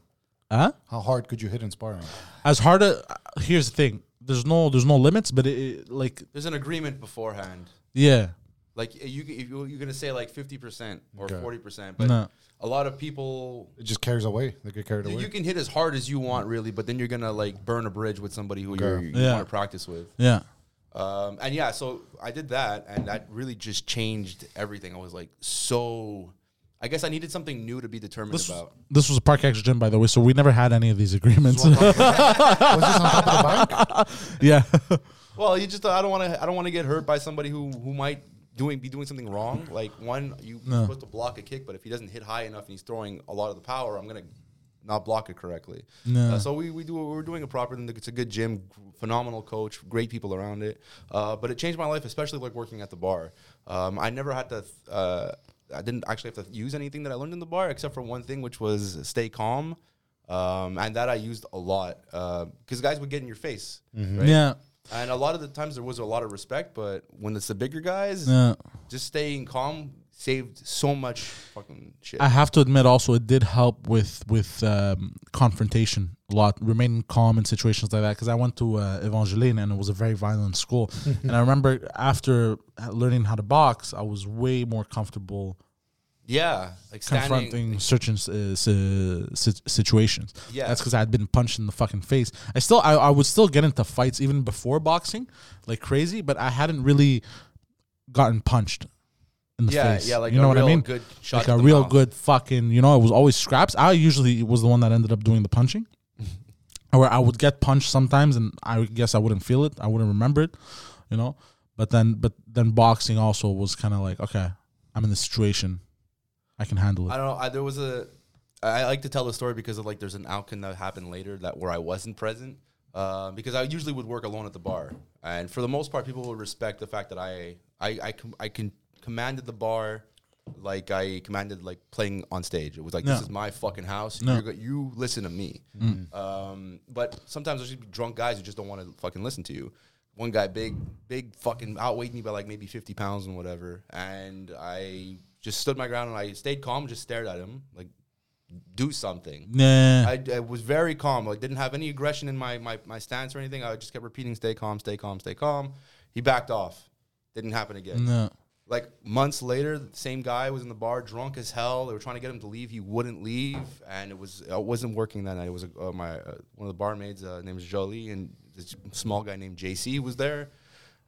A: huh?
B: How hard could you hit in sparring?
A: As hard as, here's the thing. There's no, there's no limits, but it, it like,
C: There's an agreement beforehand.
A: yeah.
C: Like you, if you you're gonna say like fifty percent or
B: Okay.
C: forty percent, but
A: No.
C: a lot of people,
B: It just carries away. They get carried away.
C: you can hit as hard as you want, really, but then you're gonna like burn a bridge with somebody who you're, you
A: Yeah.
C: want to practice with.
A: Yeah.
C: Um, and yeah, so I did that, and that really just changed everything. I was like, so I guess I needed something new to be determined
A: This was,
C: about.
A: this was a Park X gym, by the way, so we never had any of these agreements.
B: Was this on top of the bank?
A: yeah.
C: Well, you just I don't want to I don't want to get hurt by somebody who who might doing be doing something wrong. Like one, you are supposed to block a kick, but if he doesn't hit high enough and he's throwing a lot of the power, I'm gonna not block it correctly.
A: No.
C: Uh, so we we do we're doing it proper. and It's a good gym, phenomenal coach, great people around it. Uh, but it changed my life, especially like working at the bar. Um, I never had to. Uh, I didn't actually have to use anything that I learned in the bar except for one thing, which was stay calm. Um, and that I used a lot because guys would get in your face. Right?
A: Yeah.
C: And a lot of the times there was a lot of respect, but when it's the bigger guys,
A: Yeah.
C: just staying calm saved so much fucking shit.
A: I have to admit, also, it did help with with um, confrontation a lot, remaining calm in situations like that. Because I went to uh, Evangeline and it was a very violent school, and I remember after uh, learning how to box, I was way more comfortable
C: yeah, like standing.
A: confronting certain uh, si- si- situations.
C: Yeah.
A: that's because I had been punched in the fucking face. I still, I, I would still get into fights even before boxing, like crazy. But I hadn't really gotten punched in the
C: Yeah,
A: face.
C: yeah, like
A: you
C: a
A: know what I
C: real
A: mean?
C: good shot
A: like
C: to
A: a
C: the
A: real
C: mouth.
A: good fucking. You know, it was always scraps. I usually was the one that ended up doing the punching. Or I would get punched sometimes, and I would guess I wouldn't feel it. I wouldn't remember it, you know. But then, but then boxing also was kind of like, okay, I'm in this situation, I can handle it.
C: I don't know. I, there was a. I like to tell the story because of like there's an outcome that happened later that where I wasn't present uh, because I usually would work alone at the bar, and for the most part, people would respect the fact that I I I, com- I can commanded the bar. Like I commanded, like playing on stage. It was like
A: No.
C: this is my fucking house.
A: No. Mm.
C: You're go- you listen to me. Um, but sometimes there's just drunk guys who just don't want to fucking listen to you. One guy, big, big fucking outweighed me by like maybe 50 pounds and whatever. And I just stood my ground and I stayed calm, just stared at him, like, do something.
A: Nah.
C: I, I was very calm. I didn't have any aggression in my, my, my stance or anything. I just kept repeating, stay calm, stay calm, stay calm. He backed off. Didn't happen again.
A: no.
C: Like months later, the same guy was in the bar, drunk as hell. They were trying to get him to leave. He wouldn't leave, and it was I wasn't working that night. It was uh, my uh, one of the barmaids. Uh, name is Jolie, and this small guy named JC was there.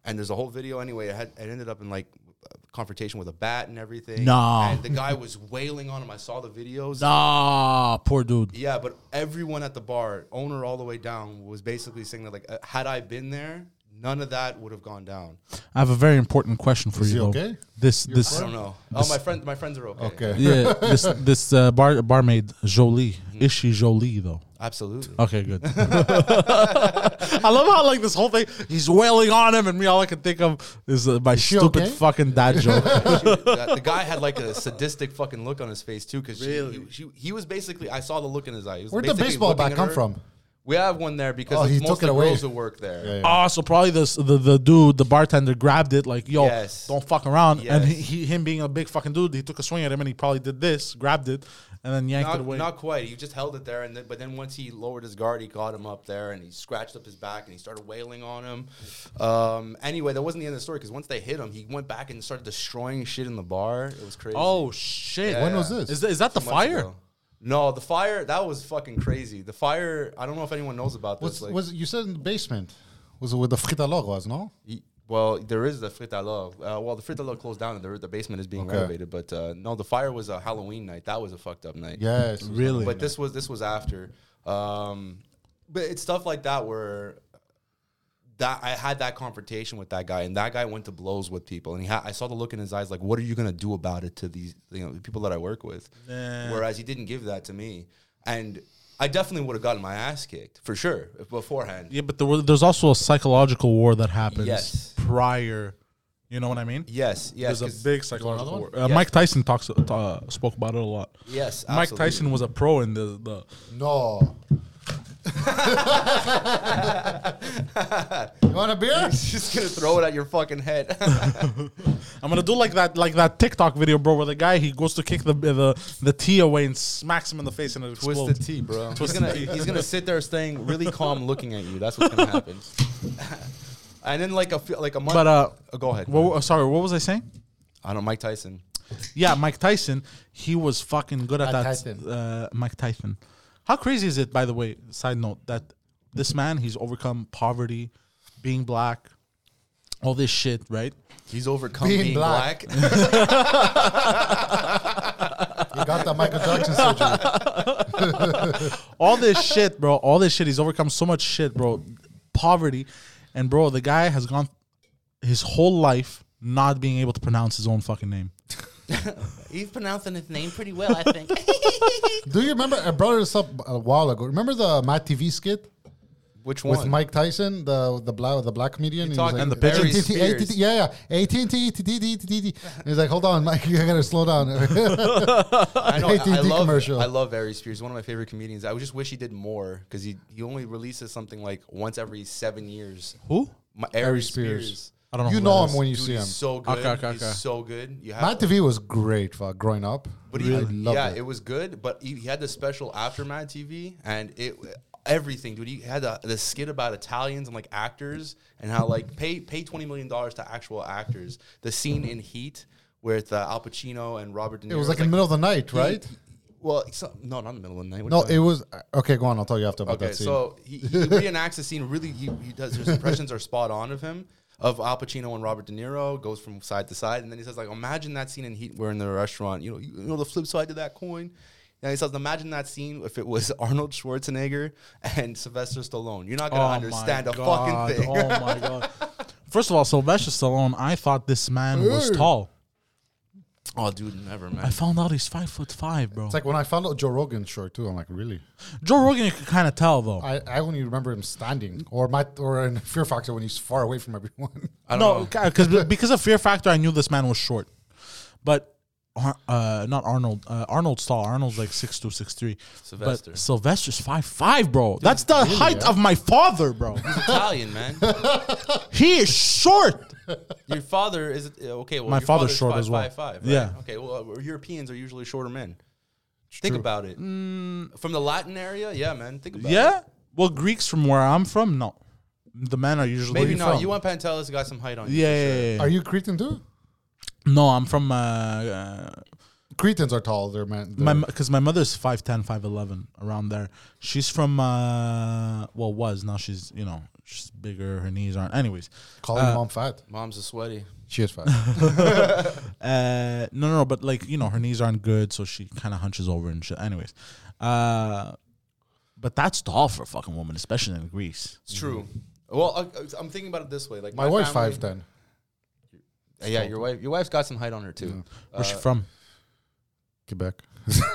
C: And there's a whole video. Anyway, it, had, it ended up in like a confrontation with a bat and everything.
A: No.
C: and the guy was wailing on him. I saw the videos.
A: Ah, poor dude.
C: Yeah, but everyone at the bar, owner all the way down, was basically saying that like, uh, had I been there, none of that would have gone down.
A: I have a very important question for
B: Is
A: you.
B: he
A: though.
B: okay?
A: This
C: I
A: this
C: don't know. Oh, my friend, my friends are okay.
B: Okay.
A: yeah this this uh, bar barmaid Jolie
C: Mm-hmm.
A: is she Jolie though?
C: Absolutely.
A: Okay, good. I love how like this whole thing he's wailing on him, and me all I can think of is uh, my
B: she
A: stupid
B: okay?
A: fucking dad joke.
C: the the guy had like a sadistic fucking look on his face too, because he, she, he was basically. I saw the look in his eye. He was
B: Where'd the
C: basically
B: baseball
C: looking
B: bat
C: at
B: come
C: her.
B: from?
C: We have one there because
B: Oh,
C: it's
B: he
C: most
B: took it
C: of the
B: away.
C: girls who work there.
B: Yeah, yeah.
A: Oh, so probably this the, the dude, the bartender grabbed it like, yo,
C: Yes.
A: don't fuck around. And
C: Yes.
A: he, he, him being a big fucking dude, he took a swing at him and he probably did this, grabbed it, and then yanked it
C: Not,
A: away.
C: not quite. He just held it there, and then, but then once he lowered his guard, he caught him up there, and he scratched up his back, and he started wailing on him. Um, anyway, that wasn't the end of the story because once they hit him, he went back and started destroying shit in the bar. It was crazy.
A: oh shit!
B: When was this?
A: Is that, is that the
C: Months
A: fire?
C: ago. No, the fire that was fucking crazy. The fire. I don't know if anyone knows about this.
B: Was, was you said in the basement? Was it with the fritalovas? No.
C: Y- Well, there is the fritalog. Uh, well, the fritalog closed down, and the, the basement is being
B: Okay.
C: renovated. But uh, no, the fire was a Halloween night. That was a fucked up night.
B: Yes.
A: Really?
C: But this was this was after. Um, but it's stuff like that where that I had that confrontation with that guy, and that guy went to blows with people, and he ha- I saw the look in his eyes, like, "What are you gonna do about it to these, you know, the people that I work with?" Whereas he didn't give that to me, and I definitely would have gotten my ass kicked for sure if- beforehand.
A: Yeah, but there was, there's also a psychological war that happens
C: Yes.
A: prior. You know what I mean?
C: Yes, yes,
A: There's a
C: 'cause-
A: big psychological war.
B: one?
A: Uh,
C: Yes.
A: Mike Tyson talks uh, spoke about it a lot.
C: yes.
A: Mike
C: absolutely.
A: Tyson was a pro in the, the
B: No. you want a beer?
C: just gonna throw it at your fucking head.
A: I'm gonna do like that like that TikTok video, bro, where the guy he goes to kick the the the tee away and smacks him in the face and it explodes.
C: Twisted T, bro. He's
A: Twisted
C: gonna,
A: tea.
C: he's gonna sit there staying really calm, looking at you. That's what's gonna happen. and then like a fe- like a month.
A: But uh,
C: oh, go ahead.
A: what, uh, sorry, what was I saying?
C: I don't. Mike Tyson.
A: Yeah, Mike Tyson, he was fucking good at
B: Mike
A: that.
B: Tyson.
A: Uh, Mike Tyson. How crazy is it, by the way? Side note that this man he's overcome poverty, being black, all this shit, right?
C: He's overcome
B: Being
C: being,
B: black.
C: black.
B: You got that Michael Jackson surgery.
A: All this shit, bro. All this shit. He's overcome so much shit, bro. Poverty, and bro, the guy has gone his whole life not being able to pronounce his own fucking name.
C: He's pronouncing his name pretty well, I think.
B: Do you remember? I brought this up a while ago. Remember the Matt TV skit?
C: Which one?
B: with Mike Tyson, the the black the black comedian.
C: talk-
B: and
A: And the
B: he was like,
A: Barry
B: "AT&T,
C: Spears.
B: AT&T, yeah, yeah, AT and T, and he's like, hold on, Mike, you gotta slow down.
C: I know. I,
B: AT&T
C: I love.
B: commercial.
C: I love Barry Spears. One of my favorite comedians. I just wish he did more because he he only releases something like once every seven years.
A: Who?
C: My, Barry,
B: Spears.
C: Spears.
A: I don't know.
B: you
A: who
B: know
A: that
B: him
A: is.
B: when you
C: Dude,
B: see
C: he's
B: him.
C: so good.
A: Okay, okay, okay.
C: He's so good. You have
B: Matt TV was great for growing up.
C: But
B: I
C: he,
B: loved
C: yeah,
B: it.
C: it. was good. But he, he had the special after Mad TV, and it everything, dude. He had the, the skit about Italians and like actors, and how like pay pay twenty million dollars to actual actors. The scene in Heat with uh, Al Pacino and Robert De Niro.
B: It was like
C: It's
B: in the middle of the night,
C: he-
B: right?
C: well, it's not, no, not in the middle of the night. What
B: No,
C: are you
B: it was okay. Go on, I'll tell you after about
C: Okay,
B: that scene.
C: so he, he reenacts the scene. Really, he, he does. His impressions are spot on of him, of Al Pacino and Robert De Niro. Goes from side to side, and then he says, like, imagine that scene in Heat, where in the restaurant, you know, you, you know the flip side to that coin. And he says, imagine that scene if it was Arnold Schwarzenegger and Sylvester Stallone. You're not gonna
A: Oh my
C: understand a
A: God.
C: fucking thing.
A: Oh my god! First of all, Sylvester Stallone. I thought this man was tall.
C: Oh, dude, never,
A: I
C: man.
A: found out he's five foot five, bro.
B: it's like when I found out Joe Rogan's short too. I'm like, really?
A: Joe Rogan, you can kind of tell though.
B: I, I only remember him standing, or Matt, or in Fear Factor when he's far away from everyone.
C: I don't
A: no,
C: know.
A: because because of Fear Factor, I knew this man was short, but Ar- uh, not Arnold. Uh, Arnold's tall. Arnold's like six two, six three.
C: Sylvester.
A: But Sylvester's five five, bro. That's the height of my father, bro.
C: Italian, man.
A: he is short.
C: Your father is uh, okay. Well,
A: My
C: your
A: father's
C: father's
A: short
C: five,
A: as well.
C: Five, five, right?
A: Yeah.
C: Okay. Well, uh, Europeans are usually shorter men. think about it. From the Latin area, yeah, man. Think about
A: Mm.
C: it.
A: Yeah. Well, Greeks from where I'm from, no, the men are usually
C: Maybe not.
B: from?
C: You want Pantelis got some height on you.
A: Yeah,
C: for
A: yeah,
C: sure.
A: yeah, yeah.
B: Are you Cretan too?
A: No, I'm from uh, uh
B: Cretans are tall. They're man.
A: my
B: they're-
A: because my mother's 5'10", 5'11", around there. She's from uh well was now she's you know she's bigger. Her knees aren't. Anyways,
B: calling your mom fat.
C: Mom's a sweaty.
B: She is fat.
A: Uh, no, no, no, but like you know, her knees aren't good, so she kind of hunches over and shit. Anyways, uh, but that's tall for a fucking woman, especially in Greece.
C: It's true. Well, I, I'm thinking about it this way. Like
B: My wife's
C: family-
B: five ten.
C: Uh, Yeah, your wife. Your wife's got some height on her too. Uh,
A: Where's she from?
B: Quebec.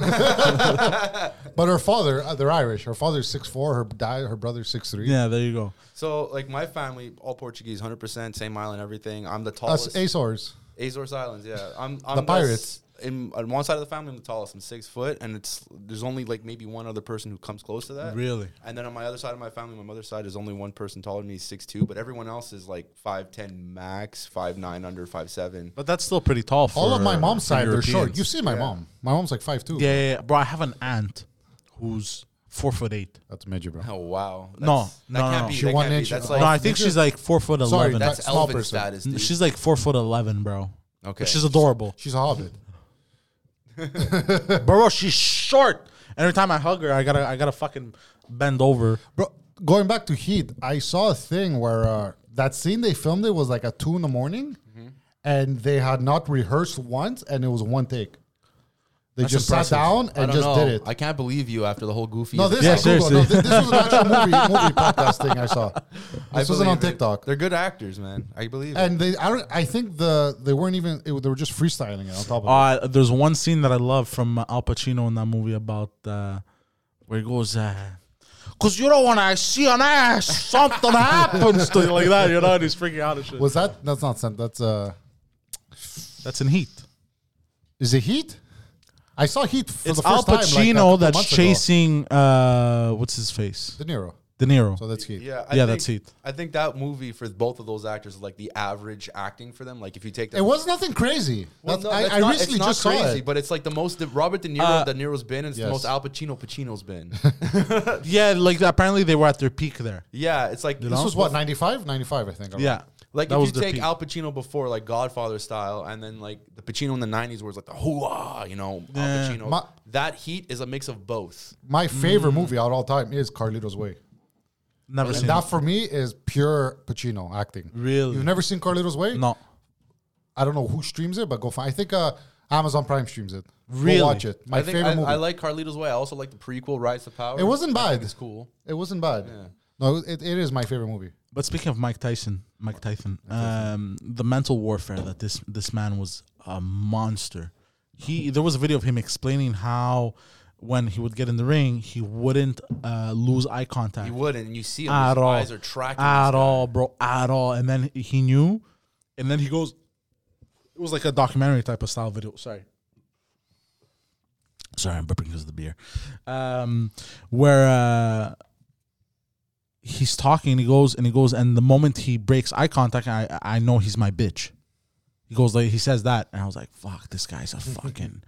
B: but her father, uh, they're Irish. Her father's six four. Her dad, her brother's six three.
A: Yeah, there you go.
C: So, like my family, all Portuguese, 100 percent, same island, everything. I'm the tallest.
B: Us Azores.
C: Azores Islands. Yeah, I'm. I'm
B: The pirates.
C: s- In, on one side of the family, I'm the tallest. I'm six foot, and it's there's only like maybe one other person who comes close to that.
A: Really?
C: And then on my other side of my family, my mother's side is only one person taller than me, six two, but everyone else is like five ten max, five nine under, five seven.
A: But that's still pretty tall. For
B: All of my mom's
A: for
B: side, they're short.
A: Europeans.
B: You've seen my mom. My mom's like five two.
A: yeah, yeah, yeah, bro. I have an aunt who's four foot eight.
B: That's major, bro.
C: Oh wow!
A: No,
C: that
A: no, no,
C: can't
A: no.
C: be.
A: She
C: that
B: one
C: can't
B: inch-
C: Be. That's
B: oh,
C: like
A: no, I think
B: Major-
A: she's like four foot
B: Sorry,
A: eleven.
C: that's
B: small
C: elephant
B: person.
C: status. Dude.
A: She's like four foot eleven, bro.
C: Okay.
A: She's adorable.
B: She's a hobbit.
A: bro, she's short. Every time I hug her, I gotta, I gotta fucking bend over.
B: Bro, going back to Heat, I saw a thing where uh, that scene they filmed it was like at two in the morning, and they had not rehearsed once, and it was one take. They
A: That's
B: just
A: impressive.
B: sat down
C: I
B: and
C: don't
B: just
C: know.
B: did it.
C: I can't believe you after the whole goofy.
B: no, this,
A: Yeah,
B: I Googled. no,
A: seriously.
B: thi- this was an actual movie, movie podcast thing I saw. This
C: I
B: wasn't on
C: believe it.
B: TikTok.
C: They're good actors, man. I believe. it.
B: And they, I don't. I think the they weren't even. It, they were just freestyling it on top of. it.
A: Uh, there's one scene that I love from uh, Al Pacino in that movie about uh, where he goes, uh, "Cause you don't want to see an ass, something happens to you like that, you know." And he's freaking out and shit.
B: Was that? That's not sent. That's uh.
A: That's in Heat.
B: Is it Heat? I saw Heat for
A: it's
B: the
A: Al
B: first time. like, a
A: Pacino
B: couple
A: that's
B: months ago.
A: chasing uh, what's his face,
B: De Niro.
A: De Niro.
B: So that's Heat.
C: Yeah,
A: Yeah,
C: think,
A: that's it.
C: I think that movie for both of those actors is like the average acting for them. Like if you take
B: It
C: that,
B: was nothing crazy. That's- I,
C: that's
B: I
C: not-
B: recently
C: it's not
B: just saw it.
C: but it's like the most that Robert De Niro
A: Uh,
C: that Niro's been, and it's
B: yes.
C: the most Al Pacino Pacino's been.
A: yeah, like apparently they were at their peak there.
C: yeah, it's like
B: This was what 95? 95, I think. around.
A: Yeah,
C: Like
A: That
C: if
A: was
C: you
A: their
C: take
A: peak.
C: Al Pacino before, like Godfather style, and then like the Pacino in the '90s, where it's like the hooah, you know,
A: Yeah.
C: Al Pacino.
B: Ma-
C: that heat is a mix of both. Mm.
B: My favorite movie out of all time is Carlito's Way.
A: Never seen
B: And that for me is pure Pacino acting.
A: Really?
B: You've never seen Carlito's Way?
A: it. No.
B: I don't know who streams it, but go find. I think uh, Amazon Prime streams it. Go
A: Really?
B: watch it. My
C: I think
B: favorite
C: I,
B: movie.
C: I like Carlito's Way. I also like the prequel, Rise to Power.
B: It wasn't
C: I think
B: bad.
C: It's cool.
B: it wasn't bad. No, it, it is my favorite movie.
A: But speaking of Mike Tyson, Mike Tyson, um, the mental warfare that this this man was a monster. He there was a video of him explaining how when he would get in the ring, he wouldn't uh, lose eye contact
C: You wouldn't, and you see him.
A: at
C: his
A: all. Ah.
C: eyes are tracking.
A: at all, bro, at all. And then he knew, and then he goes. It was like a documentary type of style video. Sorry. Sorry, I'm burping because of the beer. Um, where uh, he's talking, he goes and he goes, and the moment he breaks eye contact, I I know he's my bitch. He goes like he says that, and I was like, "Fuck, this guy's a fucking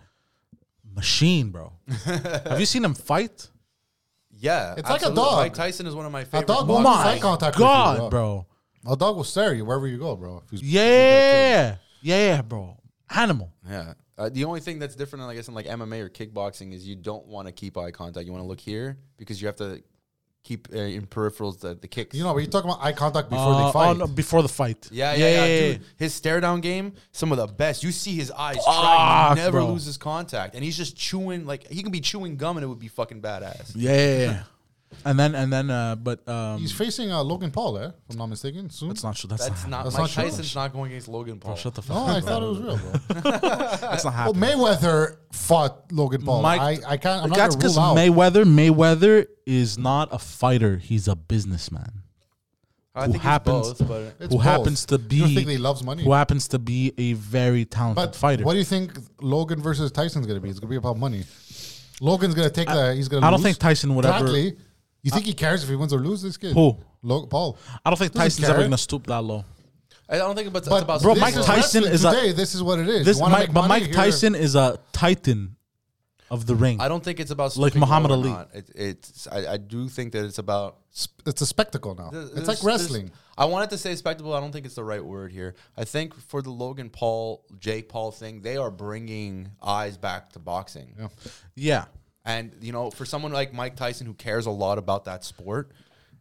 A: machine, bro." Have you seen him fight?
C: Yeah,
B: It's like a
C: absolutely.
B: dog.
C: Mike Tyson is one of my favorite.
B: dog
C: boxers.
B: wants
A: Oh My
B: eye contact with you,
A: God,
B: bro.
A: bro.
B: A dog will stare you wherever you go, bro. If he's-
A: Yeah, yeah, bro. Animal.
C: Yeah. Uh, the only thing that's different, I guess, in like MMA or kickboxing is you don't want to keep eye contact. You want to look here because you have to keep uh, in peripherals the, the kicks.
B: You know, but you're talking about eye contact before
A: Uh,
B: they fight.
A: oh, no, before the fight.
C: yeah, yeah, yeah, Dude, his stare down game, some of the best. You see his eyes try,
A: Fuck,
C: he never
A: bro.
C: loses contact, and he's just chewing like he can be chewing gum, and it would be fucking badass.
A: yeah, yeah, yeah. And then and then, uh, but um,
B: He's facing uh, Logan Paul, eh? If I'm not mistaken, soon.
A: that's not true. That's,
C: That's
A: not.
C: not
B: That's
C: Mike
B: not true.
C: Tyson's not going against Logan Paul.
A: Shut the fuck.
B: Oh, no,
A: up.
B: I thought it was real, bro.
A: That's not
B: well,
A: happening.
B: Mayweather fought Logan Paul.
A: Mike-
B: I, I can't. I'm not
A: that's
B: gonna
A: because
B: rule out.
A: Mayweather. Mayweather is not a fighter. He's a businessman
C: I
A: Who
C: think
A: happens-
C: it's both, but
B: It's
A: who
B: both.
A: happens to
B: You don't
A: be
B: think he loves money?
A: who happens to be a very talented
B: But
A: fighter.
B: what do you think Logan versus Tyson's gonna be? It's gonna be about money. Logan's gonna take the. He's gonna.
A: I don't
B: lose.
A: think Tyson would ever-
B: Exactly. You think he cares if he wins or loses? This kid.
A: Who?
B: Logan Paul.
A: I don't think
B: Doesn't
A: Tyson's ever
B: care.
A: gonna stoop that low.
C: I don't think it's, it's
B: But
C: about
A: bro,
B: this
A: Mike
B: is
A: Tyson
B: wrestling.
A: is a-
B: today. this is what it is.
A: This
B: You wanna
A: Mike,
B: make
A: but
B: money?
A: Mike
B: Here-
A: Tyson is a titan of the ring.
C: I don't think it's about
A: Like
C: stooping
A: Muhammad
C: low or
A: Ali.
C: not. It, it's I, I do think that it's about
B: It's a spectacle now.
C: Th-
B: It's
C: there's-
B: like wrestling.
C: there's- I wanted to say spectacle. I don't think it's the right word here. I think for the Logan Paul, Jake Paul thing, they are bringing eyes back to boxing.
A: yeah,
C: And, you know, for someone like Mike Tyson who cares a lot about that sport,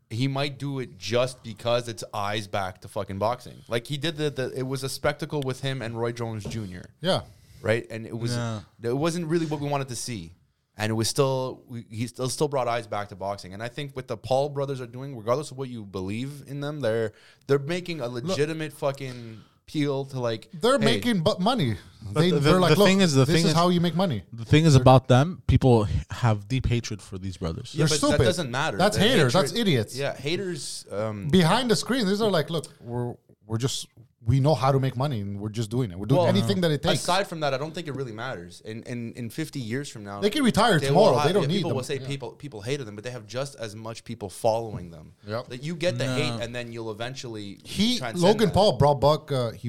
C: he might do it just because it's eyes back to fucking boxing. Like he did the, the it was a spectacle with him and Roy Jones Jr
B: Yeah.
C: right? And it was
A: Yeah.
C: it wasn't really what we wanted to see, and it was still we, he still still brought eyes back to boxing. And I think what the Paul brothers are doing, regardless of what you believe in them, they're they're making a legitimate fucking appeal to like
B: They're
C: hey,
B: making but money. They,
A: the-
B: they're like,
A: the
B: look,
A: thing is- the
B: this
A: thing
B: is,
A: is-
B: how you make money.
A: the thing is about them. People have deep hatred for these brothers.
C: Yeah,
B: They're
C: but
B: stupid.
C: That doesn't matter.
B: That's
C: The
B: haters.
C: hatred-
B: That's idiots.
C: Yeah, haters. Um,
B: Behind the screen, these are like, look, we're we're just we know how to make money, and we're just doing it. We're doing
C: Well,
B: anything that it takes.
C: aside from that, I don't think it really matters. In in, in fifty years from now,
B: They can retire
C: they
B: tomorrow.
C: will
B: They don't need
C: people
B: them.
C: will say people people hated them, but they have just as much people following them.
B: Yep.
C: That you get the hate, and then you'll eventually
B: he
C: transcend
B: Logan
C: that.
B: Paul brought back uh, he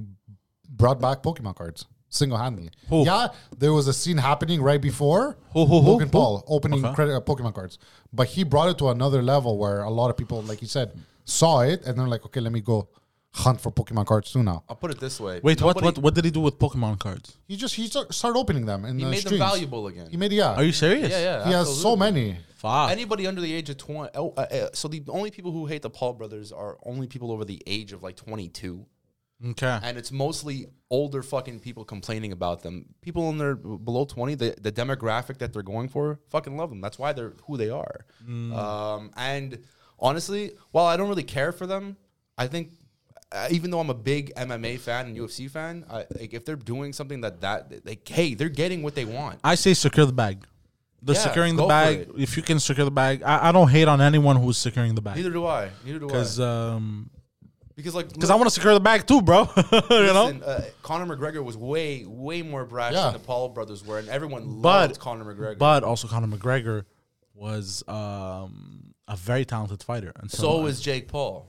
B: brought back Pokemon cards single handedly.
A: Who?
B: Yeah, there was a scene happening right before
A: Who, who, who,
B: Logan
A: who?
B: Paul opening
A: Okay.
B: credit uh, Pokemon cards, but he brought it to another level where a lot of people, like you said, saw it and they're like, okay, let me go hunt for Pokemon cards too now.
C: I'll put it this way.
A: Wait, what,
C: Nobody-
A: what? What did he do with Pokemon cards?
B: He just he start- started opening them and
C: He made them valuable again.
B: He made yeah.
A: Are you serious?
C: yeah, yeah.
B: he has so
C: absolutely.
B: many.
A: Fuck.
C: Anybody under the age of 20. Oh, uh, uh, so the only people who hate the Paul brothers are only people over the age of like 22.
A: okay.
C: And it's mostly older fucking people complaining about them. People in their below 20, the, the demographic that they're going for, fucking love them. That's why they're who they are.
A: Mm.
C: Um, and honestly, while I don't really care for them, I think. Uh, even though I'm a big MMA fan and UFC fan, I, like if they're doing something that that like, hey, they're getting what they want.
A: I say secure the bag. They're
C: Yeah,
A: securing the
C: go for
A: bag.
C: it.
A: If you can secure the bag, I, I don't hate on anyone who's securing the bag
C: Neither do I. Neither do I.
A: because um
C: Because like,
A: because I want to secure the bag too, bro. you know.
C: listen, uh, Conor McGregor was way, way more brash
B: Yeah.
C: than the Paul brothers were, and everyone
A: But
C: loved Conor McGregor.
A: but also Conor McGregor was um a very talented fighter. And
C: so is Jake Paul.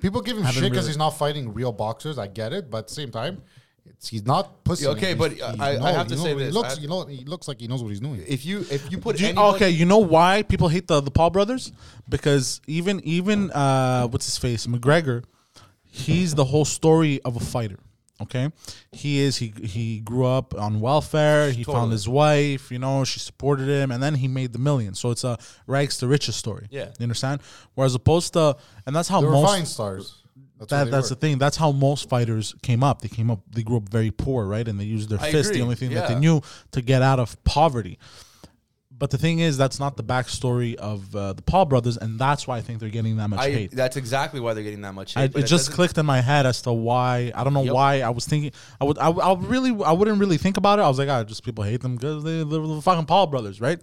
B: People give him shit
A: Haven't
B: because
A: really-
B: he's not fighting real boxers. I get it, but at the same time, it's, he's not pussy.
C: Yeah, okay,
B: He's-
C: but
B: he
C: I- I
B: knows-
C: have to
B: he
C: say
B: knows-
C: this.
B: He looks,
C: I-
B: you know, he looks like he knows what he's doing.
C: If you if you put
A: Do you-
C: anybody-
A: okay, you know why people hate the the Paul brothers? Because even even uh, what's his face McGregor, he's the whole story of a fighter. Okay, he is he he grew up on welfare. He found
C: Totally.
A: his wife. You know, she supported him, and then he made the millions. So it's a rags to riches story.
C: Yeah.
A: you understand. Whereas opposed to, and that's how
B: They were
A: most
B: Vine stars. That's
A: that,
B: what
A: that's the thing. That's how most fighters came up. They came up. They grew up very poor, right? And they used their
C: I
A: fists,
C: agree.
A: the only thing that they
C: Yeah.
A: knew, to get out of poverty. But the thing is, that's not the backstory of uh, the Paul brothers, and that's why I think they're getting that much
C: I,
A: hate.
C: that's exactly why they're getting that much hate.
A: I,
C: but
A: it
C: that
A: just
C: doesn't-
A: clicked in my head as to why. I don't know
C: Yep.
A: why I was thinking. I would. I, would- I would really. I wouldn't really think about it. I was like, ah, just people hate them because they, they're the fucking Paul brothers, right?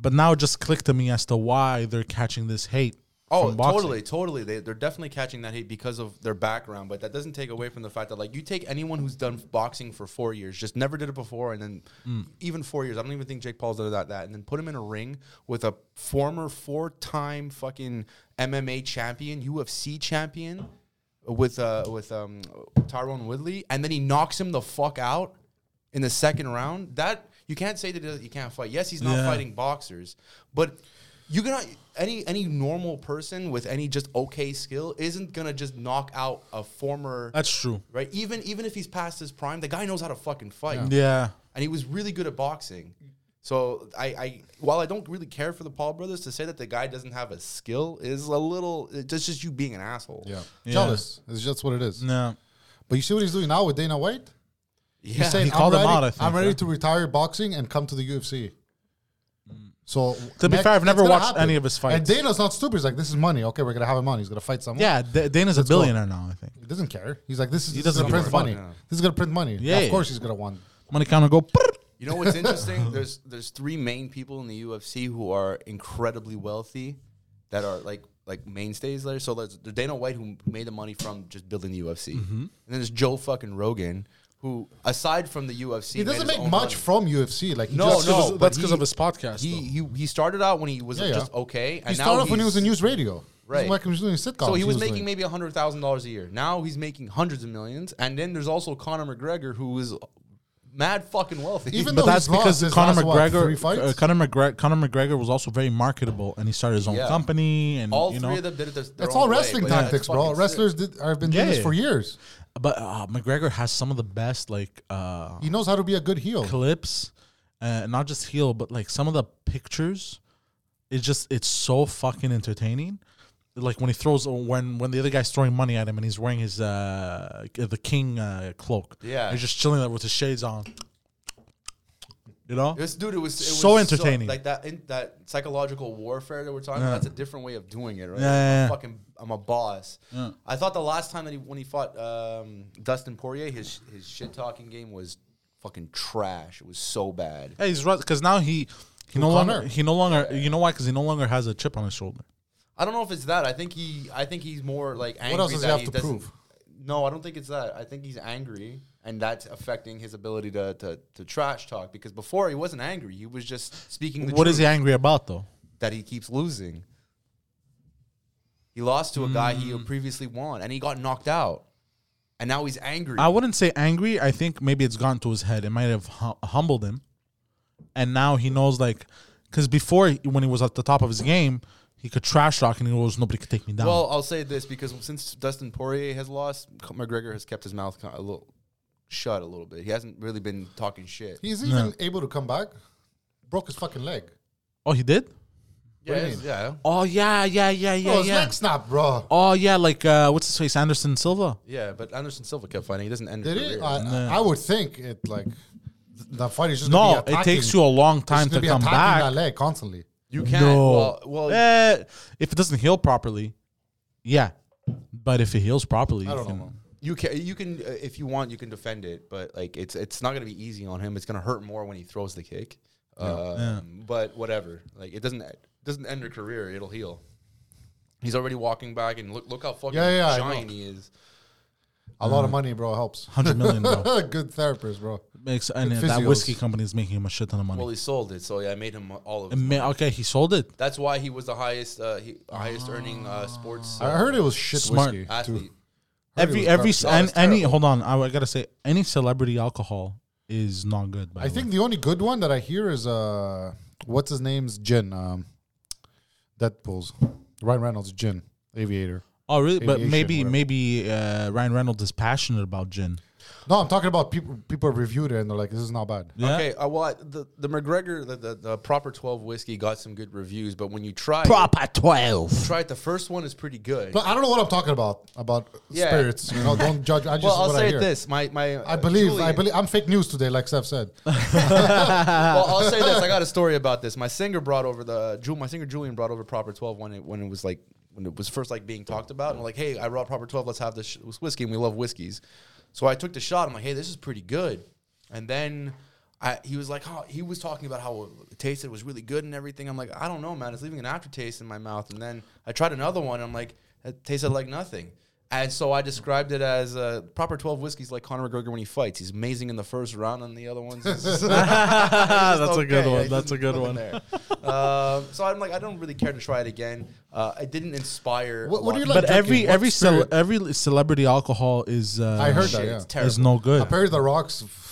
A: But now it just clicked to me as to why they're catching this hate.
C: Oh,
A: from boxing.
C: totally, totally. They, they're definitely catching that hate because of their background, but that doesn't take away from the fact that, like, you take anyone who's done boxing for four years, just never did it before, and then
A: Mm.
C: even four years, I don't even think Jake Paul's done that, that, and then put him in a ring with a former four time fucking MMA champion, UFC champion, with uh with um Tyrone Woodley, and then he knocks him the fuck out in the second round. That you can't say that he doesn't- you can't fight. Yes, he's not
A: Yeah.
C: fighting boxers, but you cannot any any normal person with any just okay skill isn't gonna just knock out a former
A: That's true.
C: right. Even even if he's past his prime, the guy knows how to fucking fight,
A: Yeah.
C: and he was really good at boxing. So I, I while I don't really care for the Paul brothers, to say that the guy doesn't have a skill is a little. It's just you being an asshole.
B: they were. Yeah.
A: Yeah. Mm.
B: jealous. It's just what it is.
A: No.
B: But you see what he's doing now with Dana White.
C: yeah.
B: He's saying,
A: He called
B: I'm
A: him
B: ready,
A: out, I think,
B: am ready
A: yeah.
B: to retire boxing and come to the UFC. So
A: Mm. To be
B: next-
A: fair, I've never
B: it's gonna
A: watched any of his
B: And
A: fights.
B: Dana's not stupid. He's like, this is money. Okay, we're gonna have him on. He's gonna fight someone.
A: Yeah, D- Dana's a billionaire now. I think
B: he doesn't care. He's like, this is,
A: He
B: this is
A: doesn't
B: gonna
A: give a
B: print money.
C: fuck, yeah.
B: This is gonna print money.
A: Yeah,
B: of
A: yeah.
B: course he's gonna want.
A: money counter go. "Prrrt."
C: You know what's interesting? there's there's three main people in the UFC who are incredibly wealthy, that are like like mainstays there. So there's there's Dana White who made the money from just building the UFC,
B: Mm-hmm.
C: and then there's Joe fucking Rogan who, aside from the UFC,
B: He doesn't
C: made
B: make
C: his own
B: much from
C: money.
B: UFC. Like he
C: No,
B: just-
C: no,
A: that's
C: but
A: 'cause
C: he-
A: of his podcast,
C: He, he he started out when he was
B: Yeah, yeah.
C: just okay, and
B: He
C: now
B: started off when he was in
C: he's-
B: news radio.
C: Right.
B: Like he was doing sitcoms.
C: So he was making
B: doing.
C: maybe hundred thousand dollars a year. Now he's making hundreds of millions, and then there's also Conor McGregor who is mad fucking wealthy.
B: Even
A: But
B: though
A: that's
B: he's lost
A: because
B: his
A: Conor
B: last, what, three
A: McGregor,
B: fights?
A: uh, Conor McGregor, Conor McGregor was also very marketable, and he started his own
C: Yeah.
A: company, and
C: all
A: you
C: three
A: know.
C: of them did it. Their, their
B: It's
C: own
B: all
C: way,
B: wrestling
C: but yeah, it's
B: tactics, bro.
C: fucking sick.
B: Wrestlers did, have been doing
A: Yeah.
B: this for years.
A: But uh, McGregor has some of the best like uh,
B: He knows how to be a good heel.
A: clips, uh, not just heel, but like some of the pictures. It's just it's so fucking entertaining. Like when he throws uh, when when the other guy's throwing money at him and he's wearing his uh the king uh, cloak.
C: Yeah.
A: he's just chilling there with his shades on. You know,
C: This dude, it was it
A: So
C: was
A: entertaining.
C: like that in, that psychological warfare that we're talking
A: Yeah.
C: about. That's a different way of doing it, right?
A: Yeah,
C: I'm a
A: yeah, yeah.
C: fucking, I'm a boss.
A: Yeah.
C: I thought the last time that he when he fought um, Dustin Poirier, his his shit talking game was fucking trash. It was so bad.
A: Yeah, he's right because now he he no
B: Connor.
A: longer he no longer you know why because he no longer has a chip on his shoulder.
C: I don't know if it's that. I think he, I think he's more like angry.
B: else does he
C: that
B: have to
C: doesn't-
B: prove?
C: No, I don't think it's that. I think he's angry, and that's affecting his ability to to, to trash talk. Because before he wasn't angry; he was just speaking. The
A: What
C: truth.
A: is he angry about though?
C: that he keeps losing. He lost to a guy he
B: Hmm.
C: previously won, and he got knocked out, and now he's angry.
A: I wouldn't say angry. I think maybe it's gone to his head. It might have hum- humbled him, and now he knows like because before when he was at the top of his game, he could trash talk and he knows nobody could take me down.
C: well, I'll say this because since Dustin Poirier has lost, McGregor has kept his mouth ki- a little shut a little bit. He hasn't really been talking shit.
B: He's even able to come back. Broke his fucking leg.
A: oh, he did.
C: yeah,
B: do you
C: he's-
B: mean?
C: yeah,
A: Oh yeah, yeah, yeah,
B: Bro,
A: yeah,
B: his
A: yeah.
B: leg snapped, bro.
A: Oh yeah, like uh, what's his face, Anderson Silva.
C: yeah. But Anderson Silva kept fighting. He doesn't end.
B: Did
C: his
B: he?
C: career.
B: I, I would think it like th- the fight is just gonna
A: No, it
B: be attacking-
A: takes you a long
B: it's
A: time
B: gonna
A: to
B: be
A: come
B: attacking
A: back.
B: that leg constantly.
C: you can't.
A: No.
C: Well, well
A: Eh, if it doesn't heal properly, yeah. But if it heals properly,
B: I
A: you
B: don't know.
A: can-
B: man.
C: you can. You can uh, if you want. You can defend it, but like it's it's not gonna be easy on him. It's gonna hurt more when he throws the kick. Um, But whatever. Like it doesn't it doesn't end your career. It'll heal. He's already walking back, and look look how fucking
B: Yeah, yeah, I know.
C: giant he is.
B: A lot of money, bro, helps.
A: 100 Uh, million, bro.
B: good therapist, bro.
A: makes and
B: Good
A: that
B: physios.
A: whiskey company is making him a shit ton of money.
C: Well, he sold it, so yeah, I made him all of.
A: It
C: His
A: ma- okay, he sold it.
C: That's why he was the highest uh, he, highest earning
B: Ah.
C: uh, sports
B: I
C: uh,
B: heard it was shit
A: Smart.
B: whiskey.
C: athlete.
B: Too. Heard it
A: Every
B: was
A: every
B: garbage.
A: ce- an-
C: it's
A: any
C: terrible.
A: hold on, I, I gotta say any celebrity alcohol is not good. By
B: I
A: the way.
B: think the only good one that I hear is uh, what's his name's gin, um, Deadpool's Ryan Reynolds gin aviator.
A: Oh, really? But
B: Aviation,
A: maybe
B: whatever.
A: maybe uh, Ryan Reynolds is passionate about gin.
B: No, I'm talking about people. People reviewed it and they're like, "This is not bad."
A: Yeah.
C: Okay, uh, well, I- the, the McGregor, the, the, the proper 12 whiskey got some good reviews, but when you try it,
A: Proper twelve.
C: try it, the first one is pretty good.
B: But I don't know what I'm talking about about
C: Yeah.
B: spirits. You know, don't judge. I just
C: well, I'll
B: what I
C: say
B: hear.
C: it this. My, my,
B: I
C: uh,
B: believe. I
C: Julian-
B: believe. I'm fake news today, like Steph said.
C: well, I'll say this. I got a story about this. My singer brought over the Ju- my singer Julian brought over Proper Twelve when it when it was like when it was first like being talked about. And like, hey, I brought Proper Twelve. Let's have this sh- whiskey, and we love whiskeys. So I took the shot. I'm like, hey, this is pretty good. And then I, he was like, oh, he was talking about how it tasted it was really good and everything. I'm like, I don't know, man. It's leaving an aftertaste in my mouth. And then I tried another one. I'm like, it tasted like nothing. And so I described it as uh, proper 12 whiskeys like Conor McGregor when he fights. He's amazing in the first round, and the other ones. is-
A: Ah, That's
C: just
A: a good
C: okay.
A: one.
C: It's
A: That's a
C: just
A: good
C: nothing
A: one.
C: there. Um, so I'm like, I don't really care to try it again. Uh, it didn't inspire.
B: What-
C: a
B: what do
C: lot.
B: you like
A: But every
B: drinking. What
A: every cel-
B: spirit?
A: every celebrity alcohol is uh,
B: I heard that.
C: Shit,
B: Yeah.
C: it's terrible.
A: is no good.
B: Apparently, the rocks. f-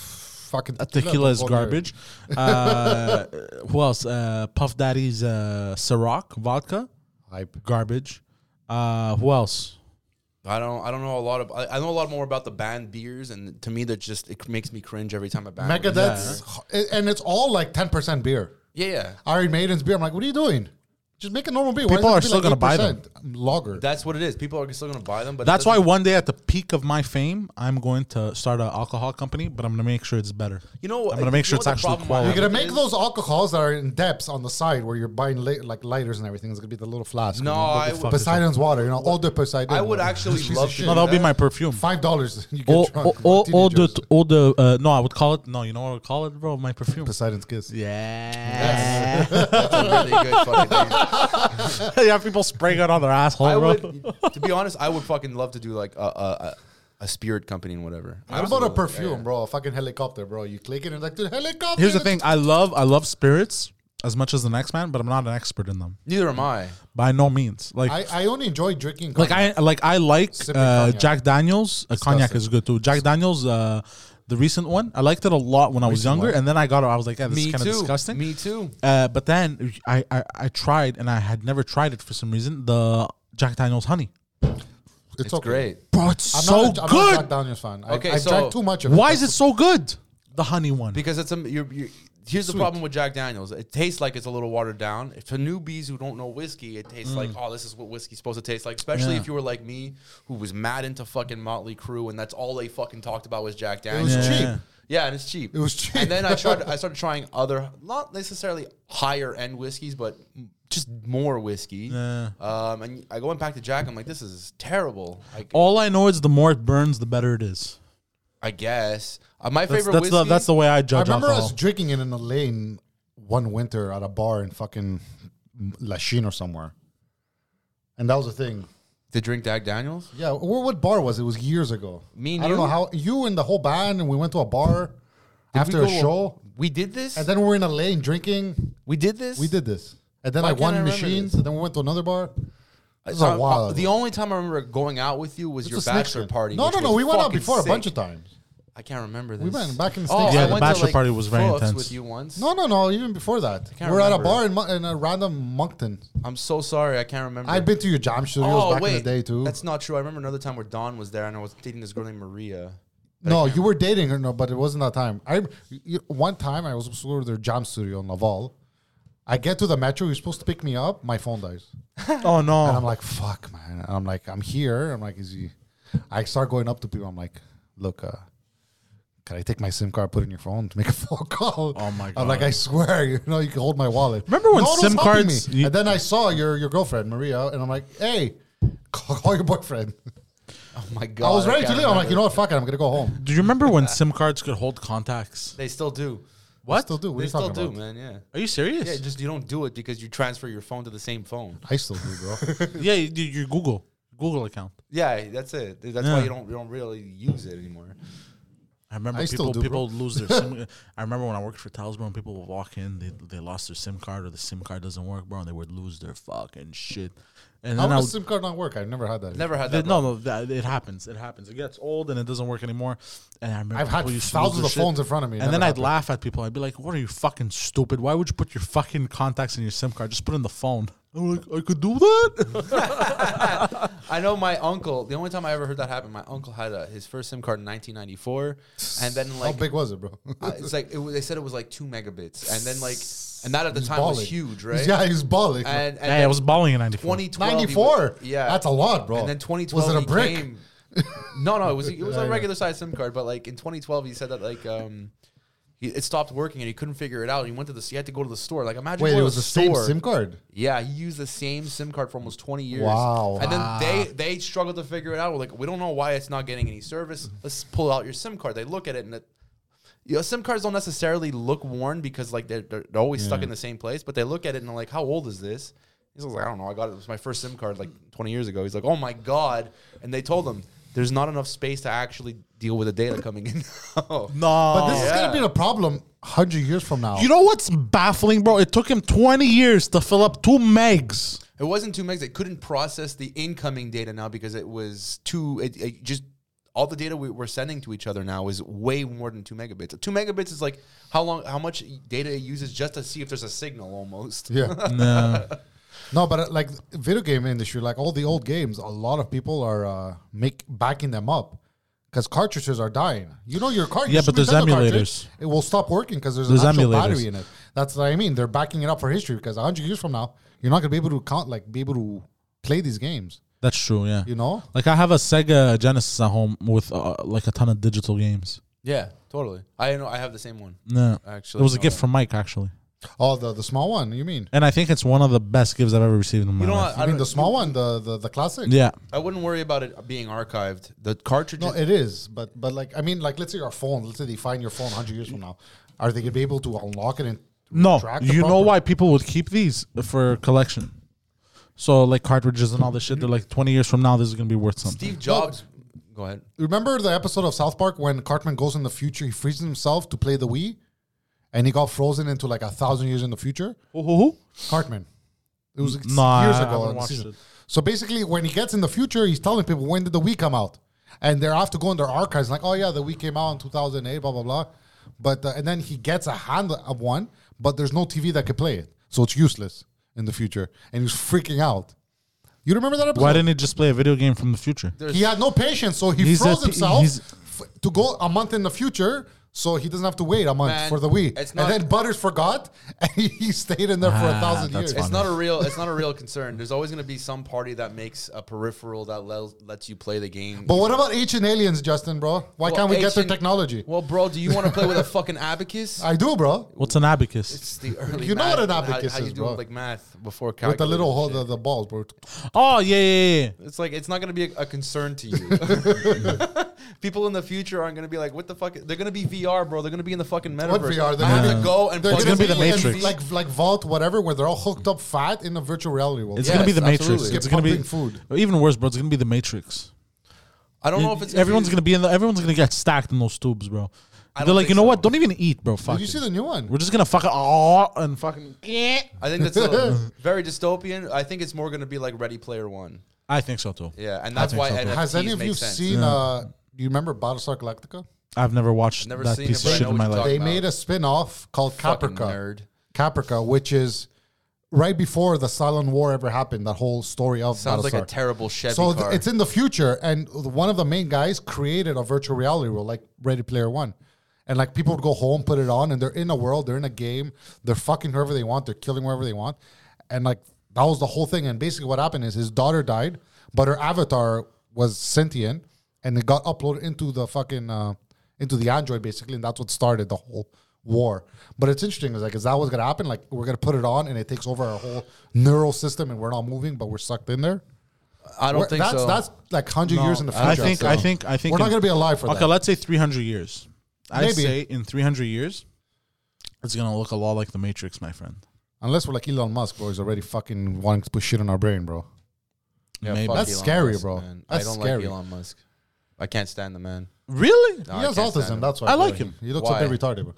B: Fucking
A: Tequila is
B: don't go there.
A: garbage. Uh, who else? Uh, Puff Daddy's uh, Ciroc vodka,
B: Hype.
A: garbage. Uh, who else?
C: I don't. I don't know a lot of. I, I know a lot more about the band beers, and to me, that just it makes me cringe every time I band.
B: Megadeth's, h- and it's all like 10% beer.
C: Yeah, yeah.
B: Iron Maiden's beer. I'm like, what are you doing? Just make a normal beer. Why
A: People
B: does
A: are
B: it have to be
A: still gonna buy them.
B: 8%? Lager.
C: That's what it is. People are still gonna buy them, but it
A: That's why
C: doesn't-
A: one day at the peak of my fame, I'm going to start an alcohol company, but I'm going to make sure it's better.
C: you know.
A: I'm gonna make sure it's actually quality.
B: You're gonna make those alcohols that are in depths on the side where you're buying la- like lighters and everything. It's gonna be the little flask.
C: No,
B: you know, the-
C: I
B: the
C: w- Fuck
B: Poseidon's water. You know, all the Poseidon.
C: I would
B: water.
C: actually
B: Piece of
C: love to.
B: shit.
A: No, that'll be my perfume.
B: Five dollars. You get
A: All, all,
B: drunk.
A: all, all the
B: Teenagers.
A: all the uh, no, I would call it no. You know what I would call it, bro? My perfume.
B: Poseidon's kiss.
A: Yeah.
C: That's a really good fucking name.
A: you have people spraying it on their asshole,
C: I
A: Oh, bro.
C: would, to be honest, I would fucking love to do like a a, a, a spirit company and whatever.
B: What about a
C: Absolutely.
B: perfume,
C: Yeah, yeah.
B: bro? A fucking helicopter, bro. You click it and like the helicopter.
A: Here's the thing. I love I love spirits as much as the next man, but I'm not an expert in them
C: Neither am I.
A: by no means. Like
B: I, I only enjoy drinking.
A: like
B: cognac.
A: I like I like
B: Sipping
A: uh,
B: cognac.
A: Jack Daniels. Uh, cognac
B: Disgusting.
A: is good too. Jack Daniels, uh, the recent one, I liked it a lot when I was younger, and then I got it. I was like, yeah, this
C: Me
A: is kind
C: too.
A: of disgusting.
C: Me too.
A: Uh, but then I, I I tried and I had never tried it for some reason. The Jack Daniels honey,
B: it's,
C: It's
B: okay.
C: great.
A: bro, it's
B: I'm
A: so
B: not a, I'm not a Jack
A: good.
B: Daniels fan. I,
C: Okay,
B: I
C: so-
B: drank too much of
A: Why
B: it.
A: is it so good? The honey one.
C: Because it's a you're, you're, here's the problem with Jack Daniels. It tastes like it's a little watered down. For newbies who don't know whiskey, it tastes like oh, this is what whiskey's supposed to taste like. Especially
A: Yeah.
C: if you were like me, who was mad into fucking Motley Crue, and that's all they fucking talked about was Jack
B: It
C: Daniels.
B: was
A: Yeah.
B: cheap.
C: Yeah, and it's cheap.
B: It was cheap.
C: And then I tried. I started trying other, not necessarily higher end whiskeys, but m- just more whiskey.
A: Yeah.
C: Um, and I go back to Jack. I'm like, this is terrible. Like,
A: All I know is the more it burns, the better it is.
C: I guess uh, my
A: That's
C: favorite
A: that's the,
C: whiskey.
A: that's the way I
B: I
A: judge
B: remember
A: alcohol.
B: us drinking it in a lane one winter at a bar in fucking Lachine or somewhere. And that was the thing.
C: to drink Jack Daniels.
B: Yeah, what, what bar was it? It was years ago.
C: Me and
B: I don't know
C: you?
B: how you and the whole band and we went to a bar after
C: we
B: a
C: go-
B: show.
C: We did this.
B: And then we were in a lane drinking.
C: we did this.
B: We did this. And then
C: Why
B: I
C: can't I
B: won
C: remember
B: machines.
C: this?
B: And then we went to another bar. This is
C: Uh,
B: a
C: uh,
B: while ago.
C: The only time I remember going out with you was
B: This
C: your
B: was next
C: bachelor
B: year.
C: party.
B: No,
C: which
B: no, no.
C: was
B: We went out
C: fucking
B: before
C: sick.
B: a bunch of times.
C: I can't remember this.
B: went back in the
C: Oh,
B: States.
A: Yeah,
C: I
A: the
C: went to,
A: bachelor
C: like,
A: party was very
C: Foots
A: intense.
C: with you once.
B: No, no, no. Even before that, we
C: can't
B: were at a
C: remember.
B: bar in, Mon- in a random Moncton.
C: I'm so sorry. I can't remember.
B: I'd been to your
C: Oh,
B: jam studios back in the day too.
C: That's not true. I remember another time where Don was there and I was dating this girl named Maria.
B: No, you were dating her, no, but it wasn't that time. I you, one time I was supposed to go to their jam studio in Laval. I get to the metro. You're supposed to pick me up. My phone dies,
A: oh no!
B: and I'm like, "Fuck, man!" And I'm like, "I'm here." I'm like, "Is he?" I start going up to people. I'm like, "Look, uh, can I take my SIM card, put it in your phone to make a phone call?"
A: Oh, my
B: I'm like,
A: God.
B: "I swear, you know, you can hold my wallet."
A: Remember when
B: No one was
A: SIM
B: helping me.
A: cards- you-
B: and then I saw your your girlfriend Maria, and I'm like, "Hey, call, call your boyfriend."
C: Oh my god!
B: I was ready to
C: can't
B: leave. I'm like,
C: remember.
B: "You know what? Fuck it. I'm gonna go home."
A: Do you remember when SIM cards could hold contacts?
C: they still do.
B: What? Still do. What are
C: they
B: you
C: still
B: talking
C: do,
B: about?
C: man. Yeah.
A: Are you serious?
C: Yeah, just you don't do it because you transfer your phone to the same phone.
B: I still do, bro.
A: Yeah, you do your Google Google account.
C: Yeah, that's it. That's
A: Yeah.
C: why you don't you don't really use it anymore.
A: I remember
B: I still
A: people
B: do, bro.
A: people lose their SIM. I remember when I worked for Talisman, when people would walk in, they they lost their SIM card or the SIM card doesn't work, bro, and they would lose their fucking shit. And
B: How
A: then I
B: does
A: would,
B: SIM card not work? I've never had that.
C: Never had
A: they-
C: that.
A: no no that, it happens it happens it gets old and it doesn't work anymore. And I remember
B: I've had
A: people used to lose
B: thousands
A: their
B: of
A: shit.
B: phones in front of me.
A: And then
B: Never
A: I'd
B: happened.
A: laugh at people. I'd be like, "What are you fucking stupid? Why would you put your fucking contacts in your SIM card? Just put it in the phone." I'm like, I could do that.
C: I know my uncle. The only time I ever heard that happen, my uncle had a, his first SIM card in 1994, and then
B: How
C: like
B: big was it, bro?
C: uh, it's like it, was- they said it was like two megabits, and then like and that at the
B: He's
C: time
B: balling.
C: was huge, right?
B: Yeah, he's balling.
C: And, and
A: Hey, I
C: then
A: was balling in '94.
C: 2012. he
B: 94.
C: was- yeah,
B: that's a lot, bro.
C: And then 2012
B: Was it a
C: he
B: brick?
C: came- no, no, it was it was
B: I
C: a
B: know.
C: regular size SIM card, but like in 2012 he said that like um he, it stopped working and he couldn't figure it out. He went to the he had to go to the store. Like imagine
B: Wait,
C: going
B: it
C: to
B: was
C: the
B: the same
C: store.
B: SIM card.
C: Yeah, he used the same SIM card for almost 20 years.
B: Wow.
C: And then they they struggled to figure it out. We're like, we don't know why it's not getting any service. Let's pull out your SIM card. They look at it and it, you know, SIM cards don't necessarily look worn because like they're, they're they're always stuck in the same place. But they look at it and they're like, how old is this? He's like, I don't know. I got it. It was my first SIM card like 20 years ago. He's like, oh my god. And they told him there's not enough space to actually deal with the data coming in. Oh. now."
A: no,
B: But this is
C: yeah.
B: gonna be the problem hundred years from now.
A: you know what's baffling, bro? It took him 20 years to fill up two megs.
C: It wasn't two megs. They couldn't process the incoming data now because it was too. It, it just all the data we, we're sending to each other now is way more than two megabits. Two megabits is like how long, how much data it uses just to see if there's a signal. Almost.
B: yeah.
A: No.
B: No, but uh, like video game industry, like all the old games, a lot of people are uh, make backing them up because cartridges are dying. You know your cartridge.
A: Yeah, but there's emulators.
B: It will stop working because there's,
A: There's
B: an actual
A: emulators.
B: battery in it. That's what I mean. They're backing it up for history because 100 years from now, you're not gonna be able to count like be able to play these games.
A: That's true, yeah.
B: You know?
A: Like I have a Sega Genesis at home with uh, like a ton of digital games.
C: Yeah, totally. I know. I have the same one.
A: No,
C: Actually,
A: it was a
C: no,
A: gift
C: no.
A: from Mike actually,
B: Oh, the the small one. You mean?
A: and I think it's one of the best gifts I've ever received in my
C: You know,
A: life.
C: what?
B: You
C: I,
B: mean
C: don't,
B: the small one, the the, the classic?
A: Yeah,
C: I wouldn't worry about it being archived. The cartridge.
B: No, it is, but but like I mean, like let's say your phone. Let's say they find your phone hundred years from now. Are they gonna be able to unlock it and
A: no,
B: retract the
A: you know
B: proper-
A: why people would keep these for collection. So like cartridges and all this shit, they're like twenty years from now, this is gonna be worth something.
C: Steve Jobs. Go ahead.
B: Remember the episode of South Park when Cartman goes in the future, he freezes himself to play the Wii, and he got frozen into like a thousand years in the future.
A: Who, who, who?
B: Cartman, it was like
A: No, I-
B: years
A: I
B: ago.
A: haven't
B: in the
A: watched
B: season.
A: it.
B: So basically, when he gets in the future, he's telling people when did the Wii come out, and they're off to go in their archives like, oh yeah, the Wii came out in two thousand eight, blah blah blah. But uh, and then he gets a hand of one, but there's no TV that could play it, so it's useless in the future, and he's freaking out. You remember that episode?
A: Why didn't he just play a video game from the future?
B: He had no patience, so he
A: He's
B: froze
A: a-
B: himself
A: he's-
B: f- to go a month in the future, so he doesn't have to wait a month
C: Man,
B: for the Wii.
C: it's
B: and
C: not-
B: then Butters forgot, and he stayed in there for a
A: Ah,
B: thousand
A: that's
B: years.
A: funny.
C: It's not a real. It's not a real concern. There's always going to be some party that makes a peripheral that lets lets you play the game.
B: But what about ancient aliens, Justin, bro? Why
C: Well,
B: can't we get their
C: ancient-
B: technology?
C: Well, bro, do you want to play with a fucking abacus?
B: I do, bro.
A: What's an abacus?
C: It's the early
B: You know
C: math
B: what an
C: and how-
B: abacus
C: how,
B: is,
C: you
B: bro.
C: do like math before
B: With the
C: calculus
B: little
C: and
B: hole,
C: shit.
B: the, the balls, bro.
A: Oh yeah, yeah, yeah.
C: It's like it's not going to be a, a concern to you. People in the future aren't going to be like, what the fuck? They're going to be VR, bro. They're going to be in the fucking metaverse.
B: What VR?
C: I have to go and
B: they're
C: plug
A: gonna
C: in
A: be the
C: my
B: in
A: Matrix.
B: like like Vault, whatever, where they're all hooked up fat in the virtual reality world.
A: It's
C: Yeah.
A: gonna be the
C: Yes,
A: Matrix.
C: absolutely.
A: It's
B: Get
A: gonna be
B: pumping food.
A: Even worse, bro. It's gonna be the Matrix.
C: I don't know if it's
A: everyone's
C: be-
A: gonna be in. The, everyone's gonna get stacked in those tubes, bro.
C: I
A: They're
C: don't
A: like, you
C: think
A: know
C: so.
A: what? Don't even eat, bro. Fuck
B: Did you
A: it.
B: see the new one?
A: We're just gonna fucking oh and fucking.
C: I think that's a- very dystopian. I think it's more going to be like Ready Player One.
A: I think so too.
C: Yeah, and that's
A: think
C: why
A: so, too.
C: NFTs
B: Has any of
C: make
B: you
C: sense.
B: seen? Uh, do you remember Battlestar Galactica?
A: I've never watched
C: Never
A: that
C: seen
A: piece
C: it, but
A: of
C: I
A: shit
C: know
A: in
C: what
A: my
C: you're
A: life.
B: They
C: about-
B: made a spin-off called
C: Fucking
B: Caprica.
C: nerd.
B: Caprica, which is right before the Silent War ever happened. That whole story of
C: Sounds like a
B: Battlestar.
C: terrible Chevy
B: so th-
C: car.
B: it's in the future, and one of the main guys created a virtual reality world, like Ready Player One, and like people would go home, put it on, and they're in a world, they're in a game, they're fucking whoever they want, they're killing whoever they want, and like that was the whole thing. And basically, what happened is his daughter died, but her avatar was sentient, and it got uploaded into the fucking uh, into the android basically, and that's what started the whole war. But it's interesting, is like, is that what's gonna happen? Like, we're gonna put it on, and it takes over our whole neural system, and we're not moving, but we're sucked in there.
C: I don't
B: We're-
C: think
B: that's,
C: so.
B: That's like hundred years in the future.
A: I think. I
B: so
A: think. I think.
B: we're not
A: in-
B: gonna be alive for
A: Okay,
B: that.
A: let's say three hundred years. I
B: Maybe.
A: say in three hundred years, it's gonna look a lot like the Matrix, my friend.
B: Unless we're like Elon Musk, bro, he's already fucking wanting to put shit in our brain, bro.
C: Yeah,
A: Maybe.
C: fuck
B: That's
C: Elon
B: scary,
C: Musk,
B: bro.
C: man.
B: That's
C: I don't
B: scary.
C: like Elon Musk. I can't stand the man.
A: Really?
C: No,
B: he
C: I
B: has
C: can't stand
B: autism.
C: him.
B: That's why.
A: I
B: bro.
A: like him.
B: He, he looks
C: Why?
B: a bit retarded. Bro.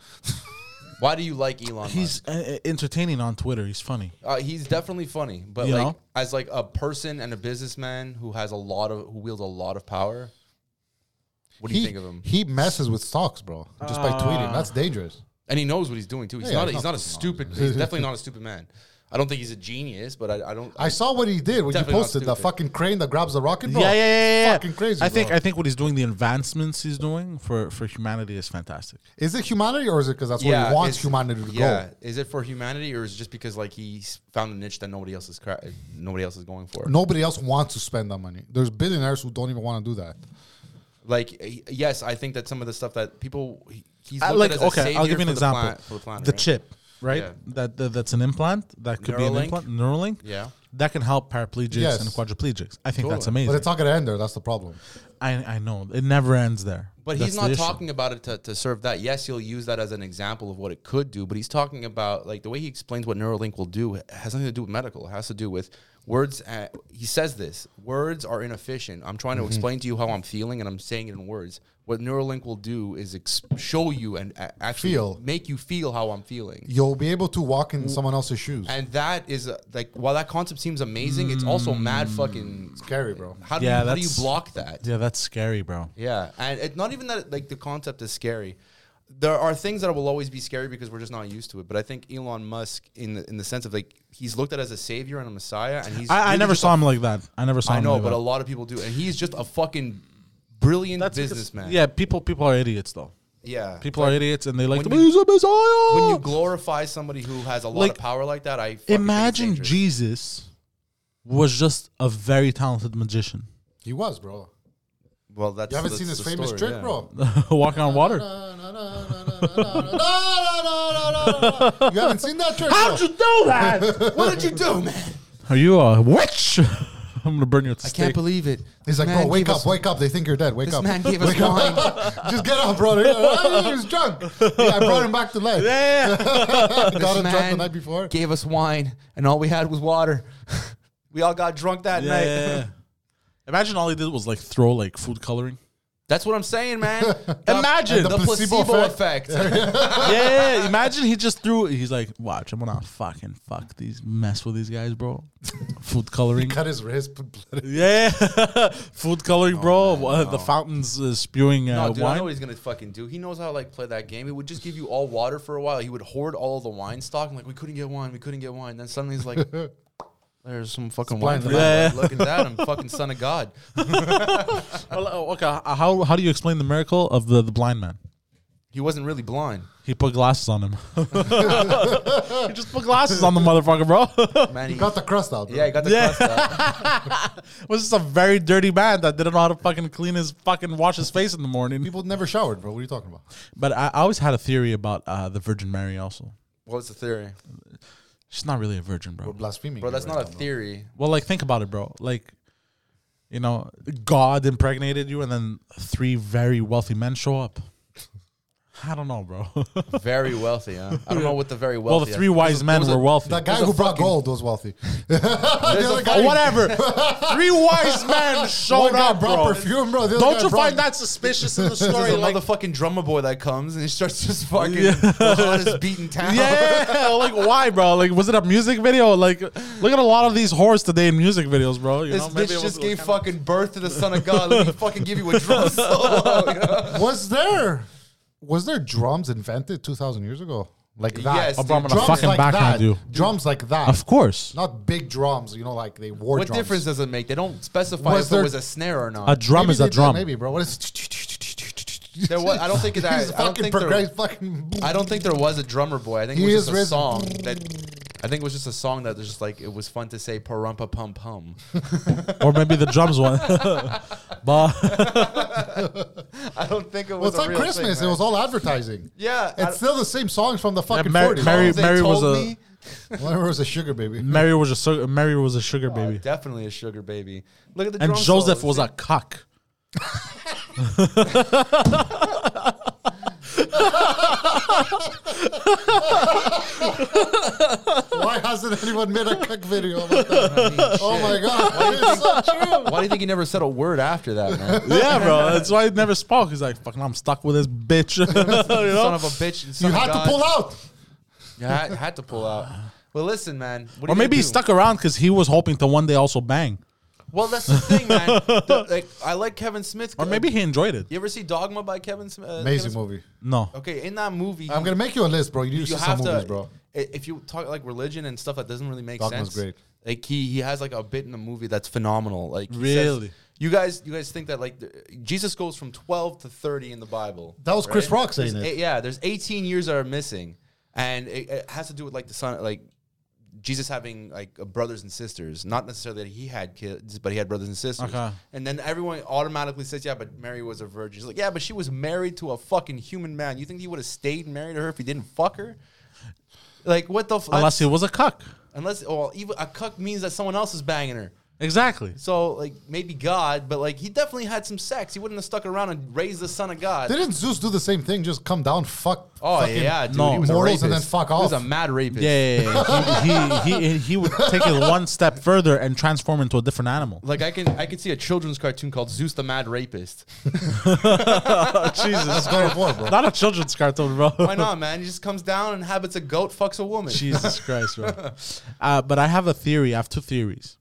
C: Why do you like Elon?
A: He's uh, entertaining on Twitter. He's funny.
C: Musk? Uh, he's definitely funny, but
A: You
C: like
A: know?
C: as like a person and a businessman who has a lot of who wields a lot of power. What do
B: he,
C: you think of him?
B: He messes with stocks, bro, just
A: Uh,
B: by tweeting. That's dangerous.
C: And he knows what he's doing too. He's
B: Yeah,
C: not. A,
B: he's
C: he's
B: not
C: not a
B: fucking
C: stupid. He's definitely not a stupid man. I don't think he's a genius, but I, I don't.
B: I saw what he did when you
C: Definitely not
B: posted the
C: stupid.
B: fucking crane that grabs the rocket. Bro.
A: yeah, yeah, yeah, yeah.
B: Fucking crazy.
A: I think
B: bro.
A: I think what he's doing, the advancements he's doing for for humanity is fantastic.
B: is it humanity or is it because that's where
C: Yeah,
B: he wants
C: it's-
B: humanity to
C: yeah.
B: go?
C: Is it for humanity or is it just because like he's found a niche that nobody else is cra- nobody else is going for?
B: Nobody else wants to spend that money. There's billionaires who don't even want to do that.
C: Like y- yes, I think that some of the stuff that people he- he's
A: I
C: looked
A: Uh, like
C: at as a
A: okay, I'll give
C: savior
A: you an
C: for the
A: example.
C: planet- for the planet, right?
A: chip, right?
C: Yeah.
A: That, that that's an implant that could be an
C: Neuralink?
A: implant, Neuralink.
C: Yeah.
A: that can help paraplegics
B: Yes.
A: and quadriplegics. I think that's
C: Totally.
A: amazing.
B: But it's not going to end there. That's the problem.
A: I I know it never ends there.
C: But
A: That's
C: he's
A: the
C: not
A: issue.
C: talking about it to, to serve that. Yes, he'll use that as an example of what it could do, but he's talking about like the way he explains what Neuralink will do has nothing to do with medical. It has to do with words. Uh, he says this words are inefficient. I'm trying to
A: Mm-hmm.
C: explain to you how I'm feeling, and I'm saying it in words. What Neuralink will do is ex- show you and uh, actually
B: Feel.
C: make you feel how I'm feeling.
B: You'll be able to walk
A: Mm.
B: in someone else's shoes.
C: And that is uh, like, while that concept seems amazing, it's also mad fucking
B: Scary, bro.
C: How do,
A: Yeah,
C: you, how do you
A: that's-
C: block that?
A: Yeah, that's scary, bro.
C: Yeah, and it's not even that like the concept is scary. There are things that will always be scary because we're just not used to it. But I think Elon Musk, in the, in the sense of like he's looked at as a savior and a messiah, and he's
A: I, I
C: really
A: never
C: just
A: saw
C: a-
A: him like that. I never saw
C: I
A: him.
C: know,
A: like
C: but
A: that.
C: a lot of people do, and he's just a fucking brilliant
A: because-
C: businessman.
A: Yeah, people people are idiots though.
C: yeah.
A: People are idiots and they like
C: when
A: to be,
C: you-
A: "He's a messiah."
C: when you glorify somebody who has a lot
A: Like,
C: of power like that, I fucking think it's
A: imagine
C: dangerous.
A: Jesus was just a very talented magician
B: He was, bro.
C: Well, that's
B: You haven't
C: that's
B: seen his
C: the
B: famous
C: story,
B: trick,
C: yeah.
B: bro.
A: walking on water.
B: You haven't seen that trick, bro.
A: How'd you do that?
C: What did you do, man?
A: are you a witch? I'm gonna burn you at the
C: I
A: stake.
C: can't believe it.
B: He's like,
C: Man
B: bro, wake
C: gave
B: up,
C: us-
B: wake up. They think you're dead. Wake
C: This
B: up.
C: man gave us
B: Wake up.
C: wine.
B: Just get up, bro. "Oh, He was drunk. Yeah, I brought him back to life.
A: yeah, yeah, yeah.
B: Got him
C: This
B: drunk the
C: man
B: night before.
C: Gave us wine, and all we had was water. we all got drunk that
A: Yeah,
C: night.
A: yeah, yeah. Imagine all he did was like throw like food coloring.
C: That's what I'm saying, man.
A: Imagine.
C: the,
B: The placebo
C: placebo,
B: effect.
C: effect.
A: yeah, yeah, yeah. imagine he just threw. He's like, watch, I'm gonna fucking fuck these, mess with these guys, bro. food coloring.
B: Cut his wrist. Put blood. in-
A: Yeah, food coloring, bro. Uh, The fountains uh, spewing uh,
C: Oh, no, dude, I
A: wine.
C: know what he's gonna fucking do. He knows how to like play that game. He would just give you all water for a while. He would hoard all the wine stock. and like, we couldn't get wine. We couldn't get wine. Then suddenly he's like. There's some fucking
B: blind
C: wine. for
A: demand.
C: that. Look at that! I'm fucking son of God.
A: Well, uh, okay, h- how how do you explain the miracle of the, the blind man?
C: He wasn't really blind,
A: He put glasses on him. he just put glasses on the motherfucker, bro.
C: man. He,
B: Got the crust out. Bro.
C: yeah, he got the
A: Yeah.
C: crust out.
A: was just a very dirty man that didn't know how to fucking clean his fucking wash his face in the morning.
B: People never showered, bro. What are you talking about?
A: But I, I always had a theory about uh, the Virgin Mary. Also,
C: What's the theory,
A: she's not really a virgin,
B: We're
A: bro.
B: blaspheming.
C: bro?
B: here
C: That's
B: right
C: not
B: now,
C: a
B: bro.
C: theory.
A: Well, like think about it, bro. Like, you know, God impregnated you, and then three very wealthy men show up. I don't know, bro.
C: Very wealthy, huh? I don't know what the very wealthy.
A: well, the three wise men were wealthy.
B: That guy
C: There's a
B: who brought
C: fucking-
B: gold was wealthy. the other
A: Oh,
B: guy,
A: whatever. three wise men showed
B: one guy
A: up,
B: brought
A: bro.
B: perfume, bro. The other
A: Don't
B: guy
A: you
B: brought-
A: find that suspicious in the
C: There's
A: story? Like,
C: another fucking drummer boy that comes and he starts just fucking
A: Yeah.
C: the hottest beat in town.
A: yeah, like why, bro? Like, was it a music video? Like, look at a lot of these whores today in music videos, bro. You
C: This
A: know,
C: bitch
A: maybe it
C: just
A: was-
C: gave fucking birth to the son of God. Let me fucking give you a drum solo. you know?
B: Was there was there drums invented two thousand years ago? Like that.
C: Yes, dude.
A: Obama, I'm gonna
B: drums
A: fucking
B: like
A: backhand
B: that.
A: you.
B: Drums like that.
A: Of course,
B: Not big drums, you know, like they wore
C: What
B: drums.
C: difference does it make? They don't specify
B: Was
C: if
B: there-
C: it was a snare or not.
A: a drum
B: Maybe
A: is a
B: they did,
A: drum.
B: Maybe, bro. What is
C: there was, I don't think that.
B: He's
C: I don't
B: fucking
C: think, there,
B: progress fucking
C: I don't think there was a drummer boy. I think it
B: He
C: was
B: is
C: just a
B: risen.
C: song that. I think it was just a song that was just like it was fun to say parumpa pum pum.
A: or maybe the drums one. but
C: I don't think it
B: Well,
C: was.
B: it's
C: a
B: like
C: real thing,
B: Christmas. it
C: man.
B: was all advertising.
C: Yeah, I-
B: It's still the same songs from the fucking
A: Mary-
B: 40s.
A: Mary-
C: They
A: was
C: told
A: a-
C: me-
B: Whenever it was a sugar baby.
A: Mary was a su- Mary was a sugar
C: Oh,
A: baby,
C: Definitely a sugar baby. Look at the
A: and
C: drum
A: Joseph
C: solos.
A: was a cock.
B: Why hasn't anyone made a cook video about that? oh my god, it's so true.
C: Oh, Why do you think he never said a word after that, man?
A: yeah, bro. That's why he never spoke. He's like, "Fucking, I'm stuck with this bitch." you
C: Son
A: know?
C: of a bitch. and
B: You
C: son of
B: had
C: Oh God.
B: to pull out.
C: Yeah, I had to pull out. Well, listen, man. What are
A: Or
C: you
A: maybe
C: gonna
A: he
C: do?
A: stuck around because he was hoping to one day also bang.
C: Well, that's the thing, man. The- like, I like Kevin Smith.
A: Or maybe he enjoyed it.
C: you ever see Dogma by Kevin Smith?
B: Amazing movie.
A: No.
C: Okay, in that movie,
B: I'm
C: he-
B: gonna make you a list, bro. You need
C: you
B: to see
C: have
B: some
C: to.
B: movies, bro.
C: i- if you talk like religion and stuff that doesn't really make
B: Dogma's
C: sense.
B: great.
C: Like he he has like a bit in the movie that's phenomenal. Like he says-
A: Really?
C: you guys you guys think that like the- Jesus goes from twelve to thirty in the Bible.
B: That was Chris Rock saying
C: There's
B: it.
C: eight- yeah, there's 18 years that are missing, and it, it has to do with like the son, like Jesus having like uh, brothers and sisters. Not necessarily that he had kids, but he had brothers and sisters.
A: Okay.
C: And then everyone automatically says, "Yeah, but Mary was a virgin." She's like, "Yeah, but she was married to a fucking human man. You think he would have stayed married to her if he didn't fuck her?" Like what the f-
A: Unless he was a cuck.
C: unless well even a cuck means that someone else is banging her.
A: Exactly.
C: So like maybe God, but like he definitely had some sex. He wouldn't have stuck around and raised the son of God.
B: Didn't Zeus do the same thing? Just come down, fuck.
C: Oh
B: fucking-
C: yeah, dude.
A: no.
C: he was a
B: Mortals and
C: rapist.
B: then fuck
C: He was a
B: off.
C: mad rapist.
A: Yeah, yeah, yeah. he, he, he, he would take it one step further and transform into a different animal.
C: Like I can I can see a children's cartoon called Zeus the Mad Rapist.
A: Jesus.
B: God of War, bro.
A: Not a children's cartoon, bro.
C: Oh, Why not, man? He just comes down and habits a goat, fucks a woman.
A: Jesus Christ, bro. Uh, but I have a theory. I have two theories.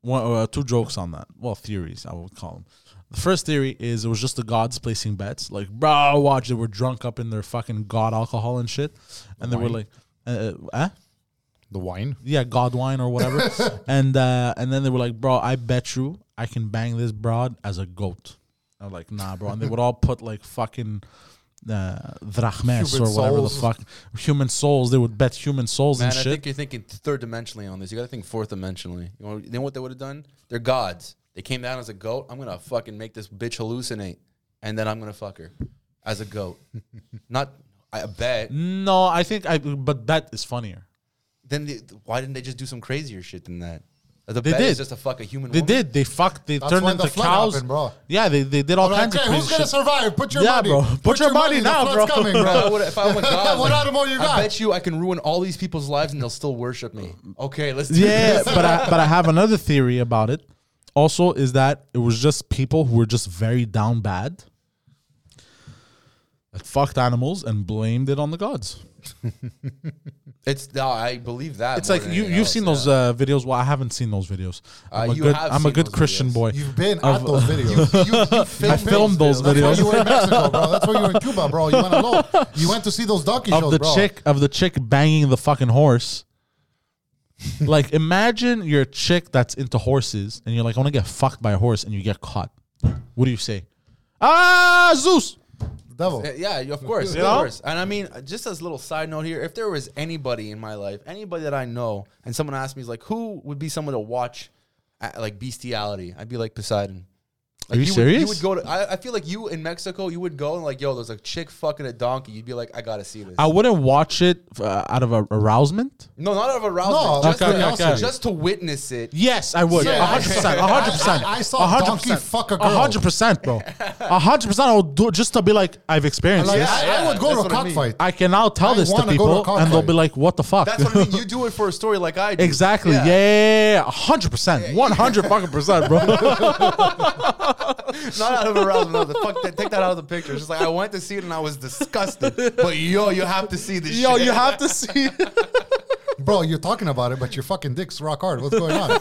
A: One, uh, two jokes on that. Well, theories, I would call them. The first theory is it was just the gods placing bets. Like, bro, watch, they were drunk up in their fucking god alcohol and shit. And they were like, uh, eh?
B: The wine.
A: yeah, God wine or whatever. and uh, and then they were like, bro, I bet you I can bang this broad as a goat. I was like, nah, bro. And they would all put like fucking uh, drachmes
B: Human
A: or whatever
B: souls.
A: the fuck. Human souls. They would bet human souls
C: Man,
A: and
C: I
A: shit.
C: think you're thinking third dimensionally on this. You got to think fourth dimensionally. You know, you know what they would have done? They're gods. They came down as a goat. I'm gonna fucking make this bitch hallucinate, and then I'm gonna fuck her as a goat. Not I bet.
A: no, I think I. But that is funnier.
C: Then the, why didn't they just do some crazier shit than that? The
A: They
C: bet is
A: did.
C: just to fuck a human.
A: They
C: woman?
A: did. They fucked. They
B: That's
A: turned
B: when the
A: into
B: flood
A: cows.
B: happened, bro.
A: Yeah, they, they did all kinds
B: okay,
A: of
B: who's
A: crazy
B: gonna
A: shit.
B: survive? Put your
A: Yeah,
B: money.
A: bro. Put your money
B: the
A: now,
B: flood's
A: bro.
B: Coming,
C: If I
B: bro.
C: would- if I'm a god,
B: What
C: like,
B: animal you
C: I
B: got?
C: bet you I can ruin all these people's lives and they'll still worship me. Okay, let's do
A: Uh, Yeah,
C: this.
A: but I, but I have another theory about it. Also, is that it was just people who were just very down bad that fucked animals and blamed it on the gods.
C: It's no, I believe that.
A: It's
C: more
A: like
C: than
A: you
C: anything
A: you've
C: else,
A: seen
C: yeah. Uh,
A: those uh, videos. Well, I haven't seen those videos. I'm a
C: you
A: good
C: have
A: I'm a
C: seen
A: good
C: those
A: Christian
C: videos.
A: boy.
B: You've been at those videos. You, you
A: I filmed those
B: That's why
A: videos.
B: you were in Mexico, bro. That's why you were in Cuba, bro. You went alone. You went to see those donkey
A: of
B: shows,
A: the
B: bro.
A: chick of the chick banging the fucking horse. like imagine you're a chick that's into horses and you're like, I want to get fucked by a horse and you get caught. What do you say? Ah, Zeus.
B: Devil.
C: Uh, Yeah, yeah, of course, of
A: know?
C: course. And I mean, just as a little side note here, if there was anybody in my life, anybody that I know, and someone asked me, like, who would be someone to watch, at, like bestiality? I'd be like Poseidon. Like,
A: Are you
C: would-
A: serious?
C: you would go to. I, I feel like you in Mexico, you would go and like, yo, there's a chick fucking a donkey. You'd be like, I gotta see this.
A: I wouldn't watch it uh, out of a arousement.
C: no, not out of
B: No,
C: arousal. just,
A: okay,
C: to,
A: okay, okay.
C: just to witness it.
A: Yes, I would. A
B: Yeah.
A: hundred percent. a hundred percent.
B: I- I- I saw
A: a hundred
B: donkey
A: percent.
B: fuck a
A: A hundred
B: girl.
A: percent, bro. A hundred percent. I would do it just to be like, I've experienced
B: Like,
A: this.
B: I, I
C: yeah,
B: would go
C: that's
B: to a
C: what I mean.
B: cockfight.
A: I can now tell
B: I
A: this to
B: wanna go to
A: people,
B: a cockfight.
A: and they'll be like, "What the fuck?"
C: That's what I mean. You do it for a story like I do.
A: Exactly.
C: Yeah.
A: Yeah, a hundred percent, one hundred fucking percent, bro.
C: Not out of arousal. No, the fuck that. Take that out of the picture. It's just like I went to see it and I was disgusted. But yo, you have to see this.
A: Yo,
C: shit.
A: you have to see.
B: Bro, you're talking about it, but your fucking dick's rock hard. What's going on?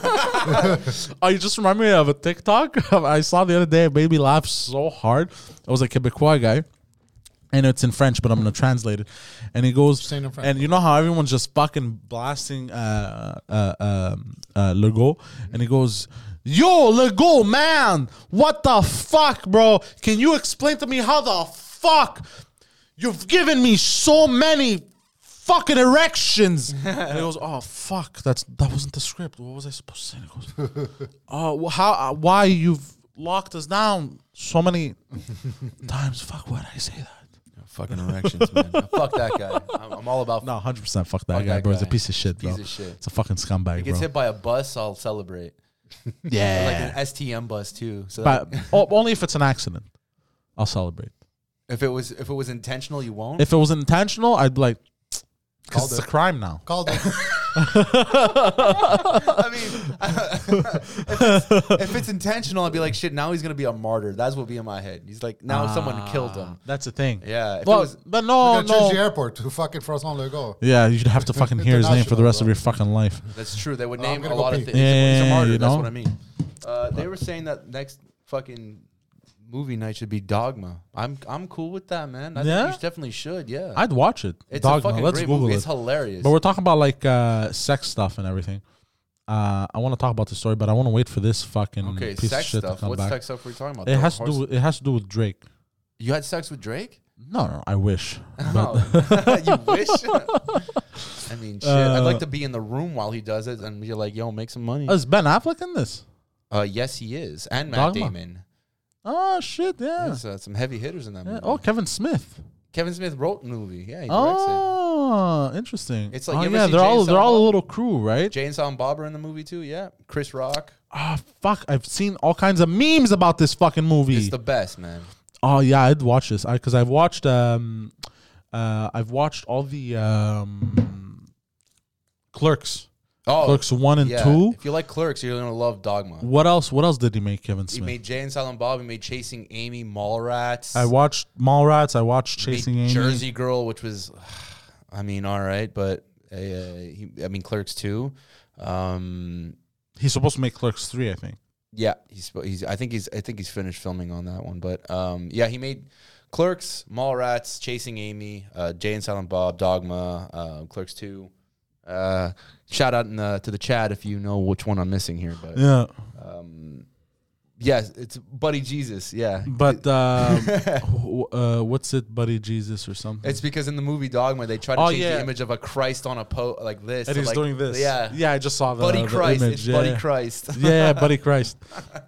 A: Oh, you just remind me of a TikTok I saw the other day. It made me laugh so hard. It was a Quebecois guy, and it's in French, but I'm gonna translate it. And he goes,
B: Say it in French.
A: and you know how everyone's just fucking blasting uh, uh, um, uh, Lego, and he goes. Yo, Lego man, what the fuck, bro? Can you explain to me how the fuck you've given me so many fucking erections? and he goes, oh fuck, that's that wasn't the script. What was I supposed to say? And he goes, uh, wh- how, uh, why you've locked us down so many times? Fuck, why did I say that?
C: Fucking erections, man. fuck that guy. I'm, I'm all about.
A: No, hundred percent. Fuck that
C: Fuck
A: guy,
C: that
A: bro. He's a
C: guy.
A: piece of shit, bro.
C: Piece of shit.
A: It's a fucking scumbag, bro.
C: Gets hit by a bus, I'll celebrate. Like an
A: Yeah,
C: STM bus too. So that-
A: but o- only if it's an accident, I'll celebrate.
C: if it was if it was intentional, you won't.
A: If it was intentional, I'd be like,
B: Called
A: because it's
B: it.
A: a crime now.
B: Called it.
C: I mean, if, it's, if it's intentional, I'd be like, shit. Now he's gonna be a martyr. That's what be in my head. He's like, now someone killed him.
A: That's the thing.
C: Yeah, if it
A: Ah. Well,
C: was-
A: but
B: We're
A: no,
B: gonna change the
A: Oh, no.
B: airport to fucking Froissant Lego.
A: Yeah, you'd have to fucking hear his name for the
B: International,
A: rest of
B: bro.
A: your fucking life.
C: That's true. They would
B: Oh, I'm
C: name a
B: gonna go
C: lot of
B: pee.
C: things. He's a
A: Yeah,
C: martyr.
A: you
C: That's
A: know?
C: what I mean. Uh, they were saying that next fucking movie night should be Dogma. I'm I'm cool with that, man. I
A: Yeah?
C: think you sh- definitely should. Yeah,
A: I'd watch it.
C: it's
A: Dogma.
C: a fucking
A: Let's
C: great
A: Google
C: movie.
A: it.
C: It's hilarious.
A: But we're talking about like uh, sex stuff and everything. Uh, I want to talk about the story, but I want to wait for this fucking
C: okay,
A: piece of
C: sex
A: shit to
C: stuff.
A: come
C: What
A: back.
C: sex stuff were you talking about?
A: It
C: The
A: has to do.
C: horse-
A: With, it has to do with Drake.
C: You had sex with Drake?
A: No, no, I wish. But
C: Oh, you wish. I mean, shit. I'd like to be in the room while he does it, and you're like, "Yo, make some money."
A: is Ben Affleck in this?
C: Uh, yes, he is, and Matt
A: Dogma.
C: Damon.
A: Oh shit! Yeah.
C: There's uh, some heavy hitters in that
A: Yeah.
C: movie.
A: Oh, Kevin Smith.
C: Kevin Smith wrote the movie. Yeah, he directs it.
A: Oh, interesting.
C: It's like,
A: oh,
C: you ever
A: yeah,
C: see
A: they're all
C: Jason
A: they're all a
C: Bourne?
A: little crew, right?
C: Jane Silent Bob are in the movie too. Yeah, Chris Rock.
A: Ah, fuck! I've seen all kinds of memes about this fucking movie.
C: It's the best, man.
A: oh yeah, I'd watch this because I've watched um, uh, I've watched all the um, Clerks,
C: Oh,
A: Clerks one and
C: yeah.
A: two.
C: If you like Clerks, you're gonna love Dogma.
A: What else? What else did he make, Kevin
C: He
A: Smith?
C: made Jane Silent Bob. He made Chasing Amy, Mallrats.
A: I watched Mallrats. I watched
C: made
A: Chasing Amy.
C: Jersey Girl, which was, I mean, all right, but uh, he, I mean, Clerks too. Um,
A: He's supposed to make Clerks three, I think.
C: Yeah, he's spo- he's I think he's I think he's finished filming on that one, but um yeah, he made Clerks, Mallrats, Chasing Amy, uh Jay and Silent Bob, Dogma, uh, Clerks 2. Uh shout out in the, to the chat if you know which one I'm missing here, but
A: Yeah,
C: um yes, it's Buddy Jesus, yeah.
A: but uh, wh- uh, what's it, Buddy Jesus or something?
C: It's because in the movie Dogma they try to
A: Oh,
C: change
A: yeah.
C: the image of a Christ on a po like this.
A: and
C: to,
A: he's
C: like-
A: doing this.
C: Yeah.
A: yeah, I just saw the
C: Buddy
A: the
C: Christ,
A: image,
C: it's
A: yeah.
C: Buddy Christ.
A: yeah, buddy Christ.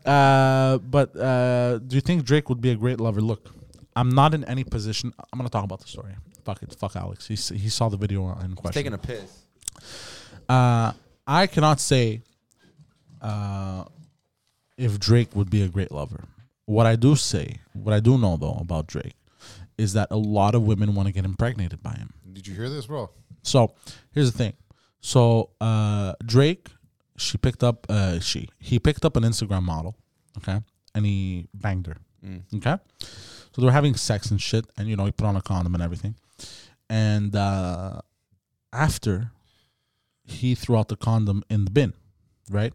A: Uh, but uh, do you think Drake would be a great lover? Look, I'm not in any position. I'm gonna talk about the story. Fuck it. Fuck Alex. He s- he saw the video in question.
C: Taking a piss.
A: Uh, I cannot say uh, if Drake would be a great lover. What I do say, what I do know though about Drake, is that a lot of women want to get impregnated by him.
B: Did you hear this, bro?
A: So here's the thing. So uh, Drake, she picked up uh, she he picked up an Instagram model, okay, and he banged her, okay. So they were having sex and shit, and you know he put on a condom and everything, and uh, after he threw out the condom in the bin, right?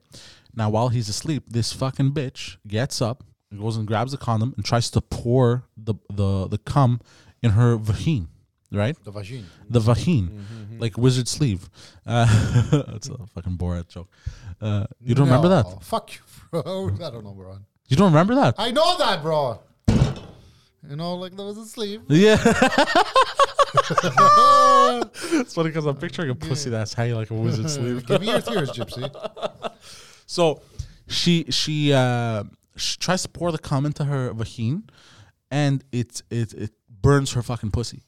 A: Now while he's asleep, this fucking bitch gets up, goes and grabs the condom and tries to pour the the the cum in her vagina, right?
B: The vagina.
A: the vagine,
B: Mm-hmm,
A: like wizard sleeve. Uh, that's a fucking Borat joke. Uh, you don't remember that?
B: No, Oh, Fuck you, bro. I don't know, bro.
A: You don't remember that?
B: I know that, bro. You know, like there was a sleeve.
A: yeah. it's funny because I'm picturing a pussy that's hanging like a wizard sleeve.
B: Give me your tears, Gypsy.
A: So she she uh, she tries to pour the cum into her vagina, and it it it burns her fucking pussy.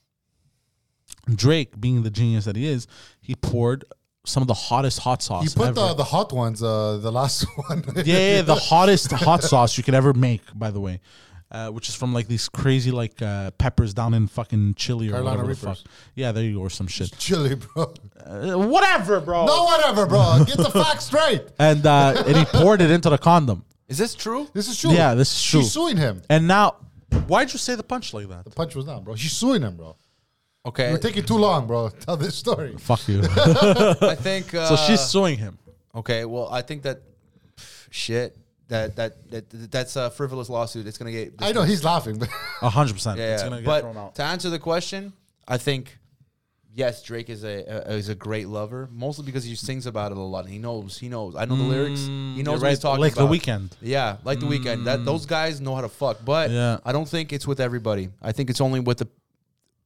A: Drake, being the genius that he is, he poured some of the hottest hot sauce.
B: He put
A: ever.
B: the, the hot ones, uh, the last one.
A: yeah, yeah, the hottest hot sauce you could ever make, by the way, uh, which is from like these crazy like uh, peppers down in fucking Chile or
B: Carolina
A: whatever the
B: Reapers.
A: fuck. Yeah, there you go, or some shit.
B: Chili, bro.
A: Uh, whatever, bro.
B: No, whatever, bro. Get the facts straight.
A: And uh, and he poured it into the condom,
C: Is this true?
B: This is true.
A: Yeah, this is true.
B: She's suing him.
A: and now why'd you say the punch like that?
B: The punch was down, bro. She's suing him, bro.
C: Okay.
B: We're taking too long, bro. Tell this story.
A: Fuck you.
C: I think uh,
A: so she's suing him.
C: Okay, well, I think that shit that that, that that's a frivolous lawsuit. It's gonna get.
B: I know he's laughing, but
A: A hundred percent.
C: Yeah,
A: It's
C: yeah.
A: gonna get thrown
C: but
A: out.
C: to answer the question, I think yes, Drake is a, a is a great lover, mostly because he sings about it a lot. And he knows, he knows. I know the lyrics. He
A: Mm,
C: knows
A: you're
C: what he's
A: right.
C: talking
A: Like The
C: about.
A: Weeknd. Mm.
C: Yeah, like the weekend. That those guys know how to fuck, but
A: Yeah.
C: I don't think it's with everybody. I think it's only with the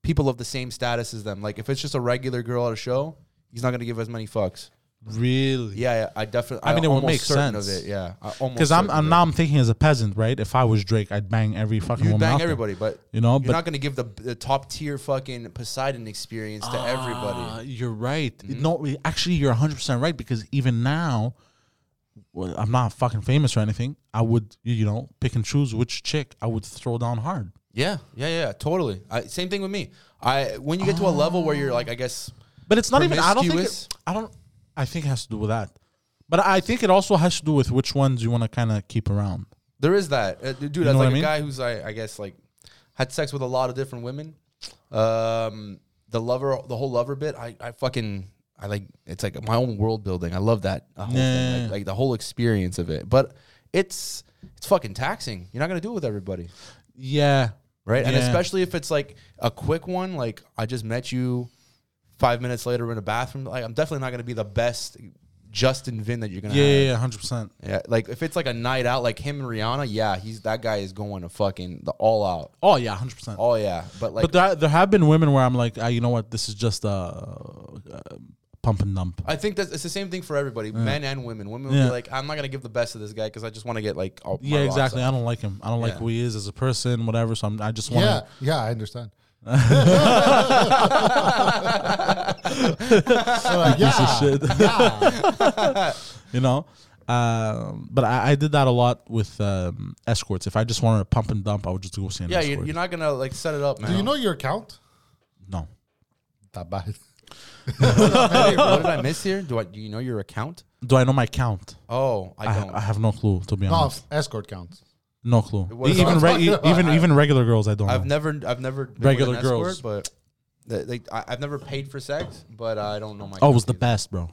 C: people of the same status as them. Like if it's just a regular girl at a show, he's not gonna give as many fucks.
A: Really?
C: Yeah, yeah I definitely.
A: I mean, it would
C: almost
A: make
C: certain
A: sense.
C: of it. Yeah, I almost
A: Because I'm,
C: certain of
A: I'm
C: it.
A: now I'm thinking as a peasant, right? If I was Drake, I'd bang every fucking
C: You
A: woman. out
C: bang
A: there.
C: everybody, but
A: You know,
C: you're
A: but-
C: not gonna give the, the top tier fucking Poseidon experience to
A: Ah,
C: everybody.
A: you're right. No, we- actually, you're 100% right because even now, well, I'm not fucking famous or anything. I would, you- you know, pick and choose which chick I would throw down hard.
C: Yeah, yeah, yeah, totally. I, same thing with me. I when you get to a level where you're like, I guess
A: But it's not even, I don't think,
C: Promiscuous?
A: it, I don't, I think it has to do with that. But I think it also has to do with which ones you want to kind of keep around.
C: there is that, uh, dude.
A: know
C: that's
A: what
C: like
A: I mean?
C: a guy who's I, I guess like had sex with a lot of different women. Um, the lover, the whole lover bit. I, I fucking. I like it's like my own world building. I love that uh, whole
A: Yeah.
C: thing, like, like the whole experience of it. But it's it's fucking taxing. You're not gonna do it with everybody,
A: Yeah.
C: right? And
A: Yeah.
C: especially if it's like a quick one, like I just met you, five minutes later we're in a bathroom. Like I'm definitely not gonna be the best Justin Vin that you're gonna.
A: Yeah,
C: have.
A: yeah, yeah, 100%.
C: Yeah, like if it's like a night out, like him and Rihanna, yeah, he's that guy is going to fucking the all out.
A: Oh, yeah, 100%.
C: Oh yeah, but like
A: but there, there have been women where I'm like, ah, you know what? This is just a uh, pump and dump.
C: I think that's it's the same thing for everybody, men and women. Women will
A: Yeah.
C: be like, I'm not gonna give the best to this guy because I just want to get like all my
A: yeah,
C: rocks
A: exactly.
C: off."
A: I don't like him. I don't like
C: Yeah.
A: who he is as a person, whatever. So I'm, I just want
B: Yeah,
A: to.
B: yeah, I understand. So, yeah, yeah.
A: you know um, but I, I did that a lot with um, escorts if i just wanted to pump and dump i would just go see an
C: Yeah,
A: escort
C: you're, you're not gonna like set it up, man.
B: Do you know your account?
A: no
B: That bad.
C: Hey, what did I miss here? Do I do you know your account?
A: do i know my count
C: Oh, I
A: i,
C: don't.
A: I have no clue to be
B: No,
A: honest
B: escort counts.
A: no clue
C: What is
A: even
C: that?
A: re- e- even even regular girls i don't
C: I've
A: know
C: never, I've never been with
A: Uh-huh. Regular
C: an
A: girls.
C: but the- like I, I've never paid for sex, but I don't know my.
A: oh it was the
C: account
A: best bro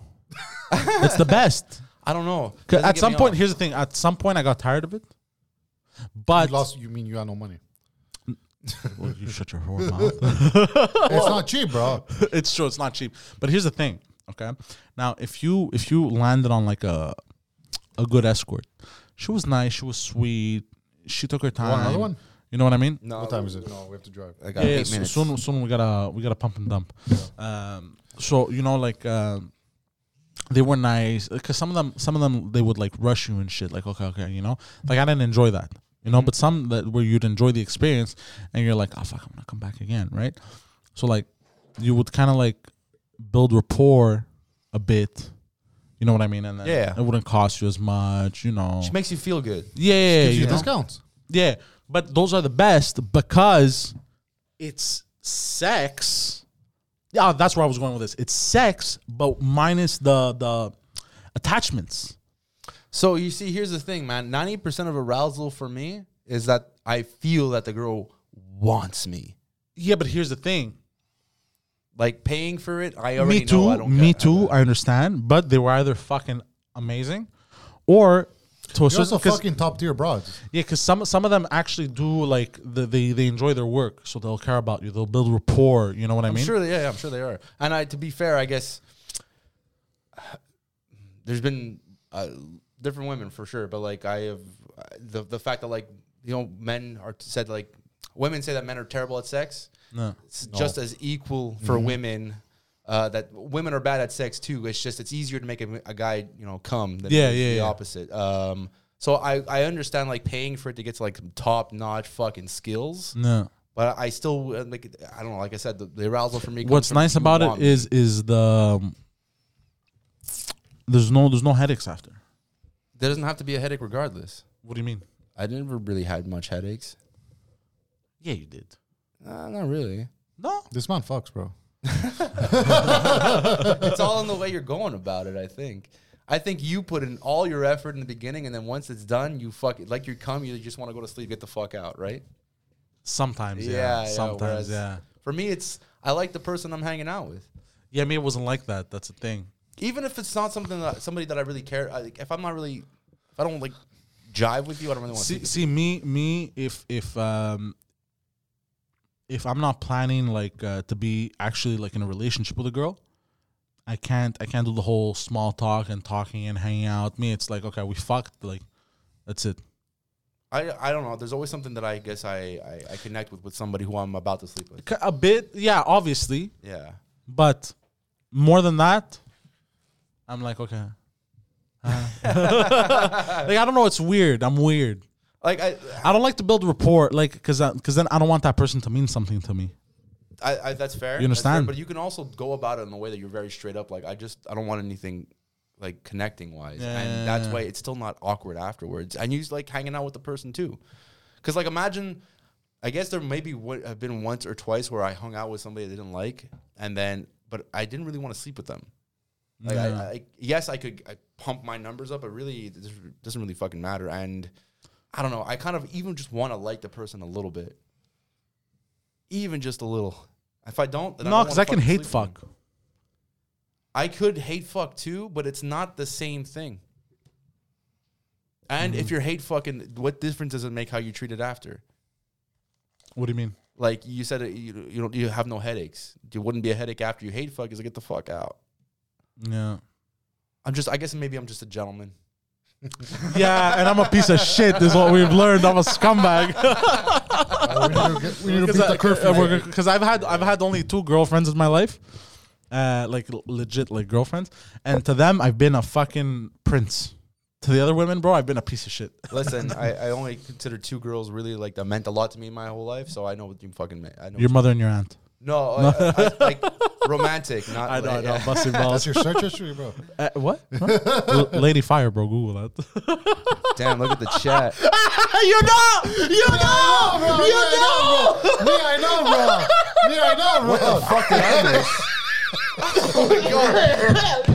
A: it's the best
C: either. I don't know.
A: 'Cause
C: Doesn't
A: at
C: get
A: some
C: me
A: point
C: off.
A: here's the thing at some point i got tired of it but
B: You lost. You mean you had no money?
A: Well, you shut your whore mouth
B: It's not cheap, bro.
A: it's true. It's not cheap. But here's the thing. Okay. Now, if you if you landed on like a a good escort, she was nice. She was sweet. She took her time.
B: want another one?
A: You know what I mean?
C: no,
B: What time is it? No, we have to drive.
C: I got
A: Yeah. yeah,
C: eight
A: so-
C: minutes.
A: soon, soon we gotta we gotta pump and dump. Um. So you know, like. Um, they were nice because some of them, some of them, they would like rush you and shit. Like, okay, okay, you know, like I didn't enjoy that, you know.
C: Mm-hmm.
A: But some that where you'd enjoy the experience, and you're like, oh fuck, I'm gonna come back again, right? So like, you would kind of like build rapport a bit, you know what I mean? And then
C: Yeah.
A: it wouldn't cost you as much, you know.
C: She makes you feel good.
A: yeah, yeah,
B: Gives
A: you
B: you
A: know?
B: discounts.
A: Yeah, but those are the best because it's sex. Yeah, that's where I was going with this. It's sex, but minus the the attachments.
C: So you see, here's the thing, man. Ninety percent of arousal for me is that I feel that the girl wants me.
A: Yeah, but here's the thing.
C: Like paying for it, I already
A: Me too.
C: know I don't.
A: me
C: get-
A: too. I understand, but they were either fucking amazing, or to a
B: You're also
A: certain 'cause-
B: fucking top tier broads.
A: Yeah, because some some of them actually do like the, they they enjoy their work, so they'll care about you. They'll build rapport. You know what I
C: I'm
A: mean?
C: sure. they- Yeah, I'm sure they are. And I, to be fair, I guess there's been uh, different women for sure, but like I have uh, the the fact that like you know men are said like women say that men are terrible at sex.
A: No. Mm-hmm.
C: It's just as equal for women. Uh, that women are bad at sex too. It's just it's easier to make a, a guy you know come than
A: Yeah,
C: it is
A: yeah,
C: the
A: yeah.
C: opposite. Um, so I I understand like paying for it to get to like top notch fucking skills.
A: No.
C: But I still uh, like I don't know. Like I said, the, the arousal for me. comes
A: What's
C: from
A: nice
C: you
A: about
C: want
A: it
C: me.
A: is is the um, there's no there's no headaches after.
C: there doesn't have to be a headache regardless.
A: What do you mean?
C: I never really had much headaches.
A: Yeah, you did.
C: Uh, not really.
A: No,
B: This man fucks, bro.
C: it's all in the way you're going about it. I think. I think you put in all your effort in the beginning, and then once it's done, you fuck it. Like you come, you just want to go to sleep, get the fuck out, right?
A: sometimes.
C: Yeah,
A: Yeah,
C: yeah,
A: sometimes.
C: whereas-
A: Yeah,
C: For me, it's I like the person I'm hanging out with,
A: yeah. Me, it wasn't like that. That's the thing.
C: even if it's not something that somebody that I really care. I, like, if I'm not really, if I don't like jive with you, I don't really want to.
A: See, see, me, me. If if um if I'm not planning like uh, to be actually like in a relationship with a girl, I can't I can't do the whole small talk and talking and hanging out. Me, it's like okay, we fucked. Like that's it.
C: I, I don't know. There's always something that I guess I, I, I connect with with somebody who I'm about to sleep with.
A: K- A bit, yeah, obviously.
C: Yeah.
A: But more than that, I'm like, okay. Uh. like I don't know, it's weird. I'm weird.
C: Like I
A: I don't like to build rapport, like, cause, I, cause then I don't want that person to mean something to me.
C: I, I that's fair.
A: You
C: That's fair,
A: understand?
C: but you can also go about it in a way that you're very straight up. Like I just I don't want anything like connecting wise, and that's
A: Yeah.
C: why it's still not awkward afterwards. And you like hanging out with the person too, because like imagine, I guess there maybe would have been once or twice where I hung out with somebody I didn't like, and then but I didn't really want to sleep with them. Like I,
A: Yeah.
C: I, yes, I could I pump my numbers up, but really it just doesn't really fucking matter. And I don't know. I kind of even just want to like the person a little bit, even just a little. If I don't, then I
A: no,
C: don't
A: cause
C: wanna
A: I can
C: fucking
A: hate
C: sleep with them.
A: fuck.
C: I could hate fuck too, but it's not the same thing. And
A: Mm-hmm.
C: if you're hate fucking, what difference does it make how you treat it after?
A: What do you mean?
C: Like you said, uh, you you don't you have no headaches. It wouldn't be a headache after you hate fuck. Is like get the fuck out.
A: Yeah.
C: I'm just. I guess maybe I'm just a gentleman.
A: Yeah, and I'm a piece of shit. Is what we've learned. I'm a scumbag.
B: Uh, we need to get- we need to beat the
A: uh,
B: curfew.
A: Because I've had I've had only two girlfriends in my life, uh, like l- legit like girlfriends, and to them I've been a fucking prince. To the other women, bro, I've been a piece of shit.
C: Listen, I, I only consider two girls really like that meant a lot to me my whole life. So I know what you fucking meant. I know.
A: Your mother and your aunt.
C: no, I, I, I- like romantic, not.
A: I know, I
C: like-
A: know. I'm busting balls.
B: That's your search history, bro.
A: Uh, what? Huh? L- Lady Fire, bro. Google that.
C: Damn, look at the chat.
A: you know, you know.
B: Bro, me, I know, bro. Me, I know, bro. Me, I know, bro.
C: fuck did I miss?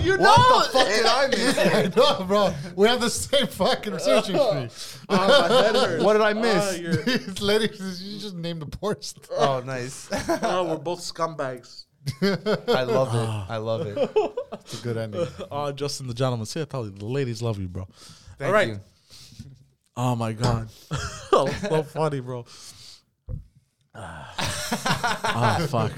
A: You
C: What the fuck did I miss?
B: I know, bro. We have the same fucking search history.
C: Oh, What did I miss?
B: These ladies, you just named the porn star.
C: Oh, nice.
A: No, we're both scumbags.
C: I love it. I love it.
B: It's a good ending.
A: Oh, Justin, the gentleman. See, I tell you, the ladies love you, bro.
C: Thank
A: right.
C: you.
A: Oh my god, so funny, bro. Ah, Ah, fuck.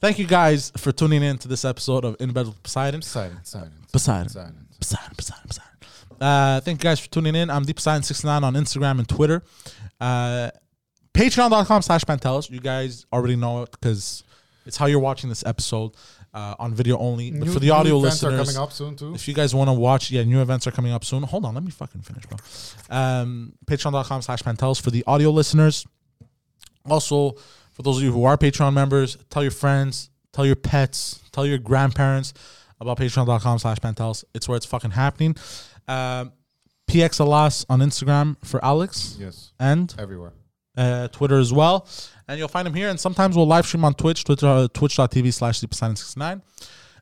A: Thank you guys for tuning in to this episode of In Bed with Poseidon.
B: Silent, silent,
A: Poseidon.
B: silent.
A: Poseidon, Poseidon, Poseidon. Uh, thank you guys for tuning in. I'm Deep Poseidon69 on Instagram and Twitter. Uh, Patreon.com slash Pantelis. You guys already know it because it's how you're watching this episode uh, on video only. But
B: New-
A: for the audio
B: new events
A: listeners,
B: are coming up soon too.
A: if you guys want to watch, yeah, new events are coming up soon. Hold on, let me fucking finish, bro. Um, Patreon.com slash Pantelis for the audio listeners. Also, for those of you who are Patreon members, tell your friends, tell your pets, tell your grandparents about patreon.com slash Pantelis. It's where it's fucking happening. Um, PXLS on Instagram for Alex
B: Yes,
A: and
B: everywhere.
A: uh, Twitter as well. And you'll find him here. And sometimes we'll live stream on Twitch, Twitter, uh, twitch.tv slash deepsilent69.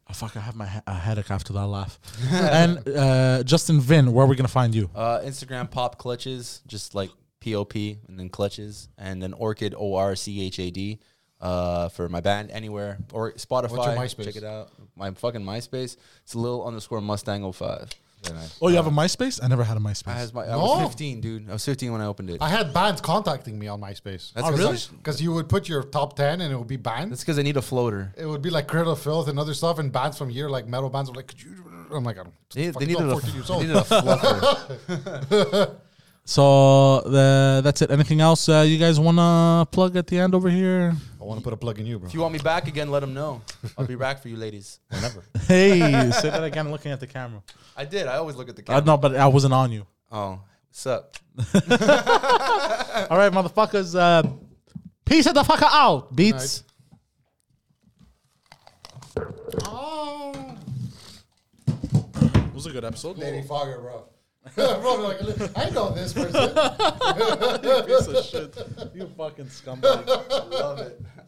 A: Oh, fuck, I have my he- a headache after that laugh. and uh, Justin Vin, where are we going to find you?
C: Uh, Instagram pop clutches, just like P O P and then clutches, and then Orchid O R C H A D uh, for my band anywhere or Spotify.
B: your MySpace?
C: Check it out. My fucking MySpace. It's Lil underscore Mustang 05.
B: Very nice.
A: Oh, you have a MySpace? I never had a
C: I,
A: MySpace.
C: has my, I was
B: No.
C: 15, dude. I was 15 when I opened it.
B: I had bands contacting me on MySpace.
C: That's Oh, 'cause
A: really?
B: Because you would put your top ten, and it would be bands.
C: That's because I need a floater.
B: It would be like Cradle of Filth and other stuff, and bands from here, like metal bands, were like, could you? I'm like, I don't.
C: They, they
B: fucking
C: needed,
B: know,
C: a,
B: 14 years
C: they
B: old.
C: needed a fluffer.
A: So the, that's it. Anything else uh, you guys want to plug at the end over here?
B: I want to put a plug in you, bro.
C: if you want me back again, let them know. I'll be back for you, ladies.
B: Whenever.
A: Hey, say that again looking at the camera.
C: I did. I always look at the
A: Uh,
C: camera.
A: no, but I wasn't on you.
C: Oh, what's up?
A: All right, motherfuckers. Uh, peace of the fucker out. Beats.
B: oh,
A: It was a good episode.
B: Lady Fogger, bro. bro, like, look, I know this person.
A: piece of shit. You fucking scumbag.
C: Love it.